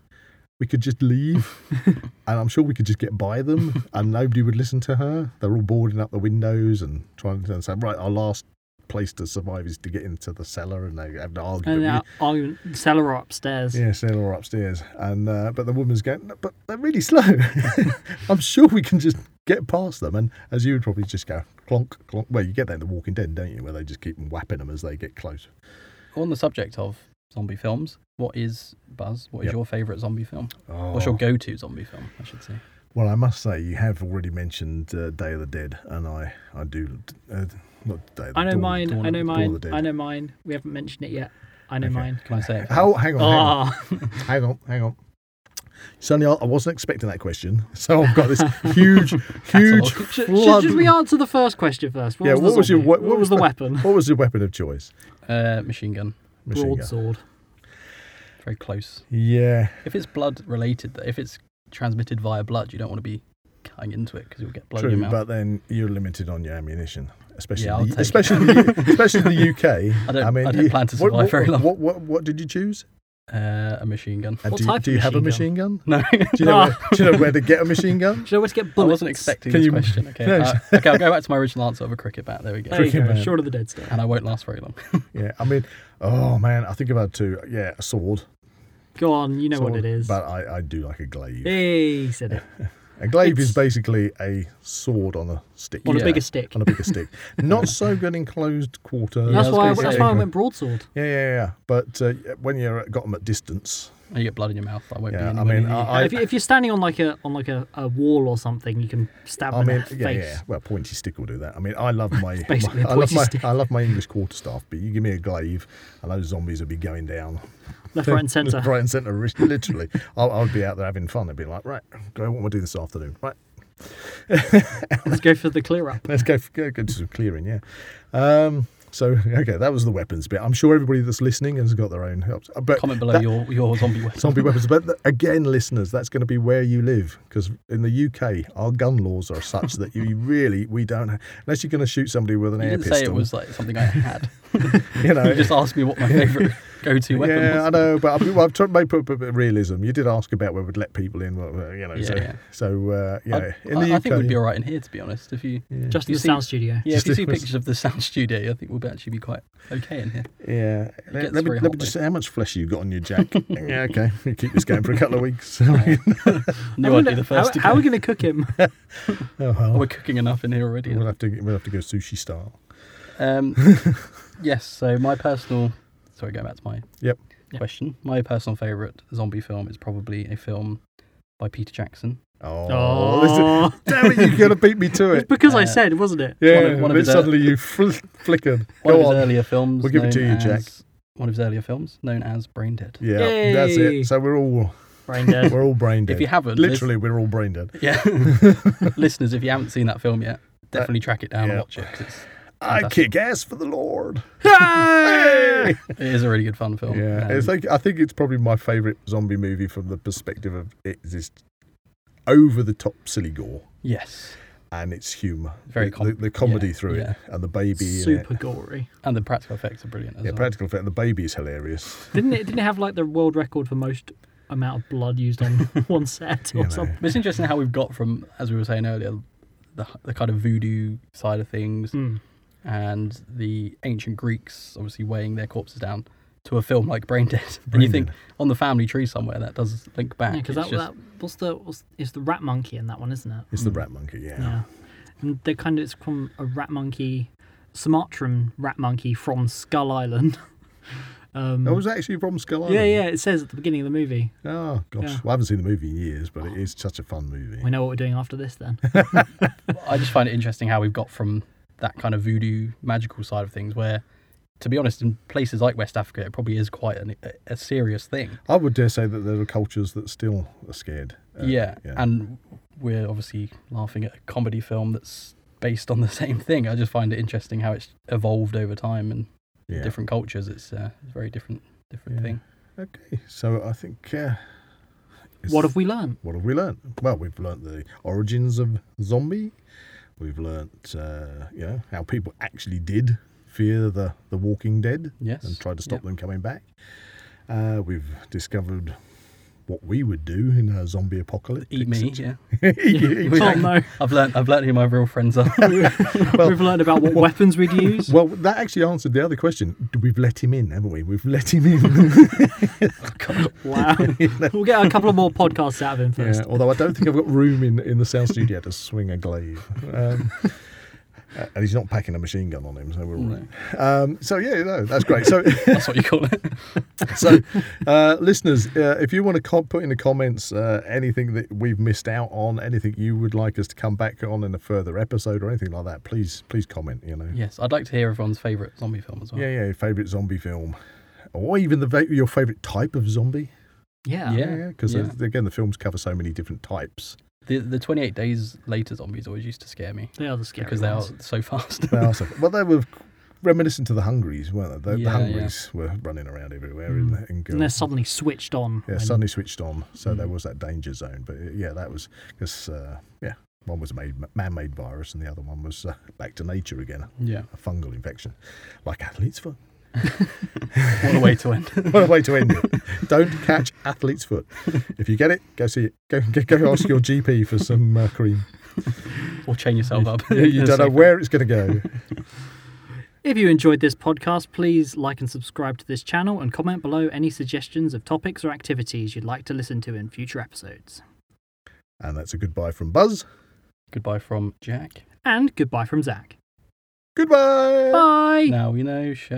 Speaker 1: We could just leave, and I'm sure we could just get by them, and nobody would listen to her. They're all boarding up the windows and trying to say, "Right, our last place to survive is to get into the cellar," and they have an argument.
Speaker 2: And
Speaker 1: with you.
Speaker 2: our, our cellar are upstairs.
Speaker 1: Yeah, still are upstairs, and uh, but the woman's going, "No, but they're really slow. I'm sure we can just get past them. And as you would probably just go clonk, clonk. Well, you get that in The Walking Dead, don't you? Where they just keep whapping them as they get close.
Speaker 4: On the subject of zombie films, what is Buzz? What is
Speaker 1: Yep.
Speaker 4: your favourite zombie film?
Speaker 1: Oh.
Speaker 4: What's your go-to zombie film? I should say.
Speaker 1: Well, I must say you have already mentioned uh, Day of the Dead, and I I do uh, not Day of the
Speaker 2: I know
Speaker 1: Dawn-
Speaker 2: mine.
Speaker 1: Dawn
Speaker 2: I
Speaker 1: of- Dawn
Speaker 2: know
Speaker 1: of
Speaker 2: mine.
Speaker 1: the Dead.
Speaker 2: I know mine. We haven't mentioned it yet. I know
Speaker 1: Okay.
Speaker 2: mine.
Speaker 4: Can I say it?
Speaker 1: How? Hang on, hang on,
Speaker 2: Ah,
Speaker 1: hang on, hang on. Suddenly, I I wasn't expecting that question, so I've got this huge, huge
Speaker 4: Catalogue.
Speaker 2: should,
Speaker 1: flood.
Speaker 2: should we answer the first question first? What
Speaker 1: yeah,
Speaker 2: was the
Speaker 1: what was your
Speaker 2: zombie?
Speaker 1: what,
Speaker 2: what was the weapon?
Speaker 1: What was your weapon of choice?
Speaker 4: Uh, machine gun.
Speaker 1: Machine gun.
Speaker 2: Broadsword.
Speaker 4: Very close.
Speaker 1: Yeah,
Speaker 4: If it's blood related, though, if it's transmitted via blood, you don't want to be cutting into it because you'll get blood in
Speaker 1: true,
Speaker 4: your mouth.
Speaker 1: but then you're limited on your ammunition, especially
Speaker 4: Yeah, I'll
Speaker 1: the,
Speaker 4: take
Speaker 1: especially the, especially the UK.
Speaker 4: I don't- I don't plan to
Speaker 1: what-
Speaker 4: survive
Speaker 1: what,
Speaker 4: very long.
Speaker 1: What, what what did you choose?
Speaker 4: Uh, a machine gun.
Speaker 1: And
Speaker 2: What
Speaker 1: do you,
Speaker 2: type of
Speaker 1: do you have a
Speaker 2: machine
Speaker 1: machine gun?
Speaker 4: No,
Speaker 1: Do you, know
Speaker 2: Ah.
Speaker 1: where, do you know where to get a machine gun?
Speaker 2: Do you know where to get
Speaker 4: I
Speaker 2: bullets?
Speaker 4: wasn't expecting
Speaker 1: Can
Speaker 4: this
Speaker 1: you-
Speaker 4: question. Okay,
Speaker 1: No,
Speaker 4: uh, okay, I'll go back to my original answer of a cricket bat. There we go.
Speaker 2: There you
Speaker 1: Cricket
Speaker 2: go,
Speaker 1: man.
Speaker 2: Short of the dead stuff.
Speaker 4: And I won't last very long.
Speaker 1: Yeah, I mean, oh man, I think about two. Yeah, a sword.
Speaker 2: Go on, you know
Speaker 1: Sword,
Speaker 2: what it is.
Speaker 1: But I, I do like a glaive.
Speaker 2: Hey, he said it.
Speaker 1: A glaive
Speaker 2: It's-
Speaker 1: is basically a sword on a stick.
Speaker 2: On
Speaker 4: Yeah.
Speaker 2: a bigger stick.
Speaker 1: On a bigger stick. Not so good in closed quarter.
Speaker 4: Yeah, I
Speaker 2: that's
Speaker 4: was
Speaker 2: why. I,
Speaker 4: gonna
Speaker 2: that's
Speaker 4: say.
Speaker 2: why I went broadsword.
Speaker 1: Yeah, yeah, yeah. But uh, when you got them at distance,
Speaker 4: And you get blood in your mouth. I won't
Speaker 1: Yeah, I
Speaker 4: be anywhere
Speaker 1: mean,
Speaker 4: near you.
Speaker 1: I-
Speaker 2: if, you, if you're standing on like a on like a, a wall or something, you can stab
Speaker 1: I
Speaker 2: them
Speaker 1: mean,
Speaker 2: in the
Speaker 1: yeah,
Speaker 2: face.
Speaker 1: yeah. Well, pointy stick will do that. I mean, I love my,
Speaker 2: basically a
Speaker 1: I love
Speaker 2: pointy
Speaker 1: my,
Speaker 2: stick.
Speaker 1: I love my English quarterstaff. But you give me a glaive, and those zombies would be going down
Speaker 2: Left, right, and centre.
Speaker 1: right and centre. ri- Literally, I, I would be out there having fun. I'd be like, right, go. What am I doing this afternoon? Right,
Speaker 2: Let's go for the clear up.
Speaker 1: let's go, go, go to some clearing. Yeah. Um, so okay, that was the weapons bit. I'm sure everybody that's listening has got their own. helps. But
Speaker 4: Comment below
Speaker 1: that-
Speaker 4: your, your zombie weapon.
Speaker 1: zombie weapons. But th- again, listeners, that's going to be where you live because in the UK, our gun laws are such that you really we don't ha unless you're going to shoot somebody with an
Speaker 4: You
Speaker 1: air
Speaker 4: didn't
Speaker 1: pistol.
Speaker 4: say it was like something I had.
Speaker 1: you know.
Speaker 4: you just asked me what my favourite go-to weapon
Speaker 1: yeah,
Speaker 4: was.
Speaker 1: I know, but I mean, well, I've tried to make a bit of realism. You did ask about where we'd let people in, well, well, you know.
Speaker 4: Yeah,
Speaker 1: so,
Speaker 4: yeah.
Speaker 1: so uh, you know,
Speaker 4: I,
Speaker 1: in the
Speaker 4: I
Speaker 1: UK,
Speaker 4: think we'd be all right in here, to be honest. If you yeah,
Speaker 2: Just in
Speaker 4: You
Speaker 2: the
Speaker 4: see-
Speaker 2: sound studio.
Speaker 4: if you
Speaker 1: Just
Speaker 4: see
Speaker 1: if we-
Speaker 4: pictures of the sound studio, I think we'll be actually be quite okay in here.
Speaker 1: yeah. Let, let
Speaker 4: gets
Speaker 1: me,
Speaker 4: very
Speaker 1: let me
Speaker 4: hot, eh?
Speaker 1: just
Speaker 4: though.
Speaker 1: say how much flesh you got on your jack. yeah, okay. You keep this going for a couple of weeks.
Speaker 4: Knew
Speaker 2: How
Speaker 4: I'd
Speaker 2: we
Speaker 4: be the
Speaker 2: gonna-
Speaker 4: first
Speaker 2: how,
Speaker 4: to
Speaker 2: how are
Speaker 4: go.
Speaker 2: we going to cook him?
Speaker 1: Oh, well.
Speaker 4: We're cooking enough in here already.
Speaker 1: We'll have to we'll have to go sushi style.
Speaker 4: Um, yes, so my personal. Sorry, going back to my
Speaker 1: Yep.
Speaker 2: Yeah.
Speaker 4: question. My personal favourite zombie film is probably a film by Peter Jackson.
Speaker 1: Oh, this is-
Speaker 2: Oh,
Speaker 1: damn it! You're going to beat me to it.
Speaker 2: it's because I
Speaker 4: Uh,
Speaker 2: said, wasn't it?
Speaker 1: Yeah,
Speaker 4: One of- one of
Speaker 1: but
Speaker 4: his, uh,
Speaker 1: suddenly you fl- flickered. Go
Speaker 4: One of his
Speaker 1: on.
Speaker 4: earlier films.
Speaker 1: We'll give it to
Speaker 4: known
Speaker 1: you, Jack.
Speaker 4: as- One of his earlier films, known as Brain Dead.
Speaker 1: Yeah, that's
Speaker 2: Yay.
Speaker 1: it. So we're all
Speaker 2: Brain dead.
Speaker 1: we're all brain dead.
Speaker 4: If you haven't, lis-
Speaker 1: literally, we're all brain dead.
Speaker 4: yeah, listeners, if you haven't seen that film yet, definitely track it down
Speaker 1: yeah.
Speaker 4: and watch it. 'cause it's,
Speaker 1: I
Speaker 4: Fantastic.
Speaker 1: kick ass for the Lord.
Speaker 2: Hey!
Speaker 1: Hey!
Speaker 4: it is a really good fun film.
Speaker 1: Yeah,
Speaker 4: Um,
Speaker 1: it's like I think it's probably my favourite zombie movie from the perspective of it's just over the top silly gore
Speaker 4: yes,
Speaker 1: and its humour,
Speaker 4: Very
Speaker 1: the,
Speaker 4: com-
Speaker 1: the, the comedy
Speaker 4: yeah,
Speaker 1: through
Speaker 4: yeah.
Speaker 1: it, and the baby. in it.
Speaker 2: Super gory.
Speaker 4: and the practical effects are brilliant as
Speaker 1: Yeah,
Speaker 4: well.
Speaker 1: practical effect. The baby is hilarious.
Speaker 2: Didn't it? Didn't it have like the world record for most amount of blood used on one set or
Speaker 1: You know.
Speaker 2: something?
Speaker 4: But it's interesting how we've got from, as we were saying earlier, the, the kind of voodoo side of things
Speaker 2: Mm.
Speaker 4: and the ancient Greeks obviously weighing their corpses down to a film like Brain Dead. and
Speaker 1: Brain
Speaker 4: you think
Speaker 1: Dead.
Speaker 4: on the family tree somewhere that does link back.
Speaker 2: Yeah, because
Speaker 4: It's
Speaker 2: that,
Speaker 4: just-
Speaker 2: that what's the what's, it's the rat monkey in that one, isn't it?
Speaker 1: It's
Speaker 4: Hmm.
Speaker 1: the rat monkey. Yeah.
Speaker 2: Yeah, and they kind of it's from a rat monkey, Sumatran rat monkey from Skull Island. um,
Speaker 1: That Oh, was actually from Skull Island.
Speaker 2: yeah, yeah, it says at the beginning of the movie.
Speaker 1: Oh gosh,
Speaker 2: Yeah.
Speaker 1: well, I haven't seen the movie in years, but it is such a fun movie.
Speaker 2: We know what we're doing after this. Then
Speaker 4: I just find it interesting how we've got from that kind of voodoo magical side of things where. To be honest, in places like West Africa, it probably is quite an, a, a serious thing.
Speaker 1: I would dare say that there are cultures that still are scared. Uh,
Speaker 4: yeah.
Speaker 1: yeah.
Speaker 4: and we're obviously laughing at a comedy film that's based on the same thing. I just find it interesting how it's evolved over time and
Speaker 1: yeah.
Speaker 4: different cultures. It's uh, a very different different
Speaker 1: Yeah.
Speaker 4: thing.
Speaker 1: Okay, so I think uh, it's-
Speaker 2: what have we learned?
Speaker 1: what have we learned? Well, we've learnt the origins of zombie. We've learnt uh, you know how people actually did fear the the Walking Dead
Speaker 4: Yes,
Speaker 1: and tried to stop
Speaker 4: yeah.
Speaker 1: them coming back. Uh, we've discovered what we would do in a zombie apocalypse.
Speaker 4: Eat me. Yeah,
Speaker 1: Eat me.
Speaker 2: Oh no,
Speaker 4: I've learned. I've learned who my real friends are.
Speaker 2: we've learned about what weapons we'd use.
Speaker 1: Well, that actually answered the other question. We've let him in, haven't we? We've let him in.
Speaker 2: Wow, we'll get a couple of more podcasts out of him first.
Speaker 1: Yeah, although I don't think I've got room in, in the sound studio to swing a glaive. Um, uh, and he's not packing a machine gun on him, so we're all right. Um, so, yeah, no, that's great. So,
Speaker 4: That's what you call it.
Speaker 1: so uh, listeners, uh, if you want to com- put in the comments uh, anything that we've missed out on, anything you would like us to come back on in a further episode or anything like that, please please comment, you know.
Speaker 4: yes, I'd like to hear everyone's favourite zombie film as well.
Speaker 1: Yeah, yeah, your favourite zombie film. Or even the va- your favourite type of zombie.
Speaker 2: Yeah.
Speaker 4: Yeah.
Speaker 1: Yeah, because
Speaker 4: yeah.
Speaker 1: again, the films cover so many different types.
Speaker 4: The the 28 days later zombies always used to scare me
Speaker 2: they are the scary
Speaker 4: because they are
Speaker 2: ones.
Speaker 4: so fast.
Speaker 1: They are so- well, they were reminiscent to the Hungries, weren't they? The,
Speaker 4: Yeah, Mm.
Speaker 1: the Hungries were running around everywhere in, in
Speaker 2: and they're
Speaker 1: Guernsey.
Speaker 2: suddenly switched on.
Speaker 1: Yeah,
Speaker 2: when-
Speaker 1: suddenly switched on, so
Speaker 4: Mm.
Speaker 1: there was that danger zone. But uh, yeah, that was because uh, yeah, one was a made, man-made virus, and the other one was uh, back to nature again,
Speaker 4: yeah.
Speaker 1: a fungal infection, like athlete's foot.
Speaker 4: What a way to end.
Speaker 1: What a way to end it. Don't catch athlete's foot. If you get it, go see it. Go, go, go ask your GP for some uh, cream.
Speaker 4: or chain yourself up.
Speaker 1: You, you don't know where it's going to go.
Speaker 2: If you enjoyed this podcast, please like and subscribe to this channel and comment below any suggestions of topics or activities you'd like to listen to in future episodes.
Speaker 1: And that's a goodbye from Buzz.
Speaker 4: Goodbye from Jack.
Speaker 2: And goodbye from Zach.
Speaker 1: Goodbye.
Speaker 2: Bye!
Speaker 4: Now we know show.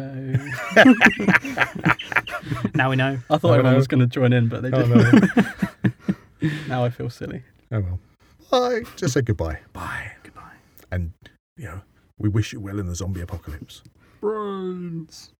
Speaker 2: Now we know.
Speaker 4: I thought
Speaker 1: Oh,
Speaker 4: everyone
Speaker 1: no.
Speaker 4: was going to join in, but they
Speaker 1: Oh,
Speaker 4: didn't. now I feel silly.
Speaker 1: Oh well. Bye. Just say goodbye. Bye.
Speaker 2: Goodbye.
Speaker 1: And you know, we wish you well in the zombie apocalypse.
Speaker 4: Brains.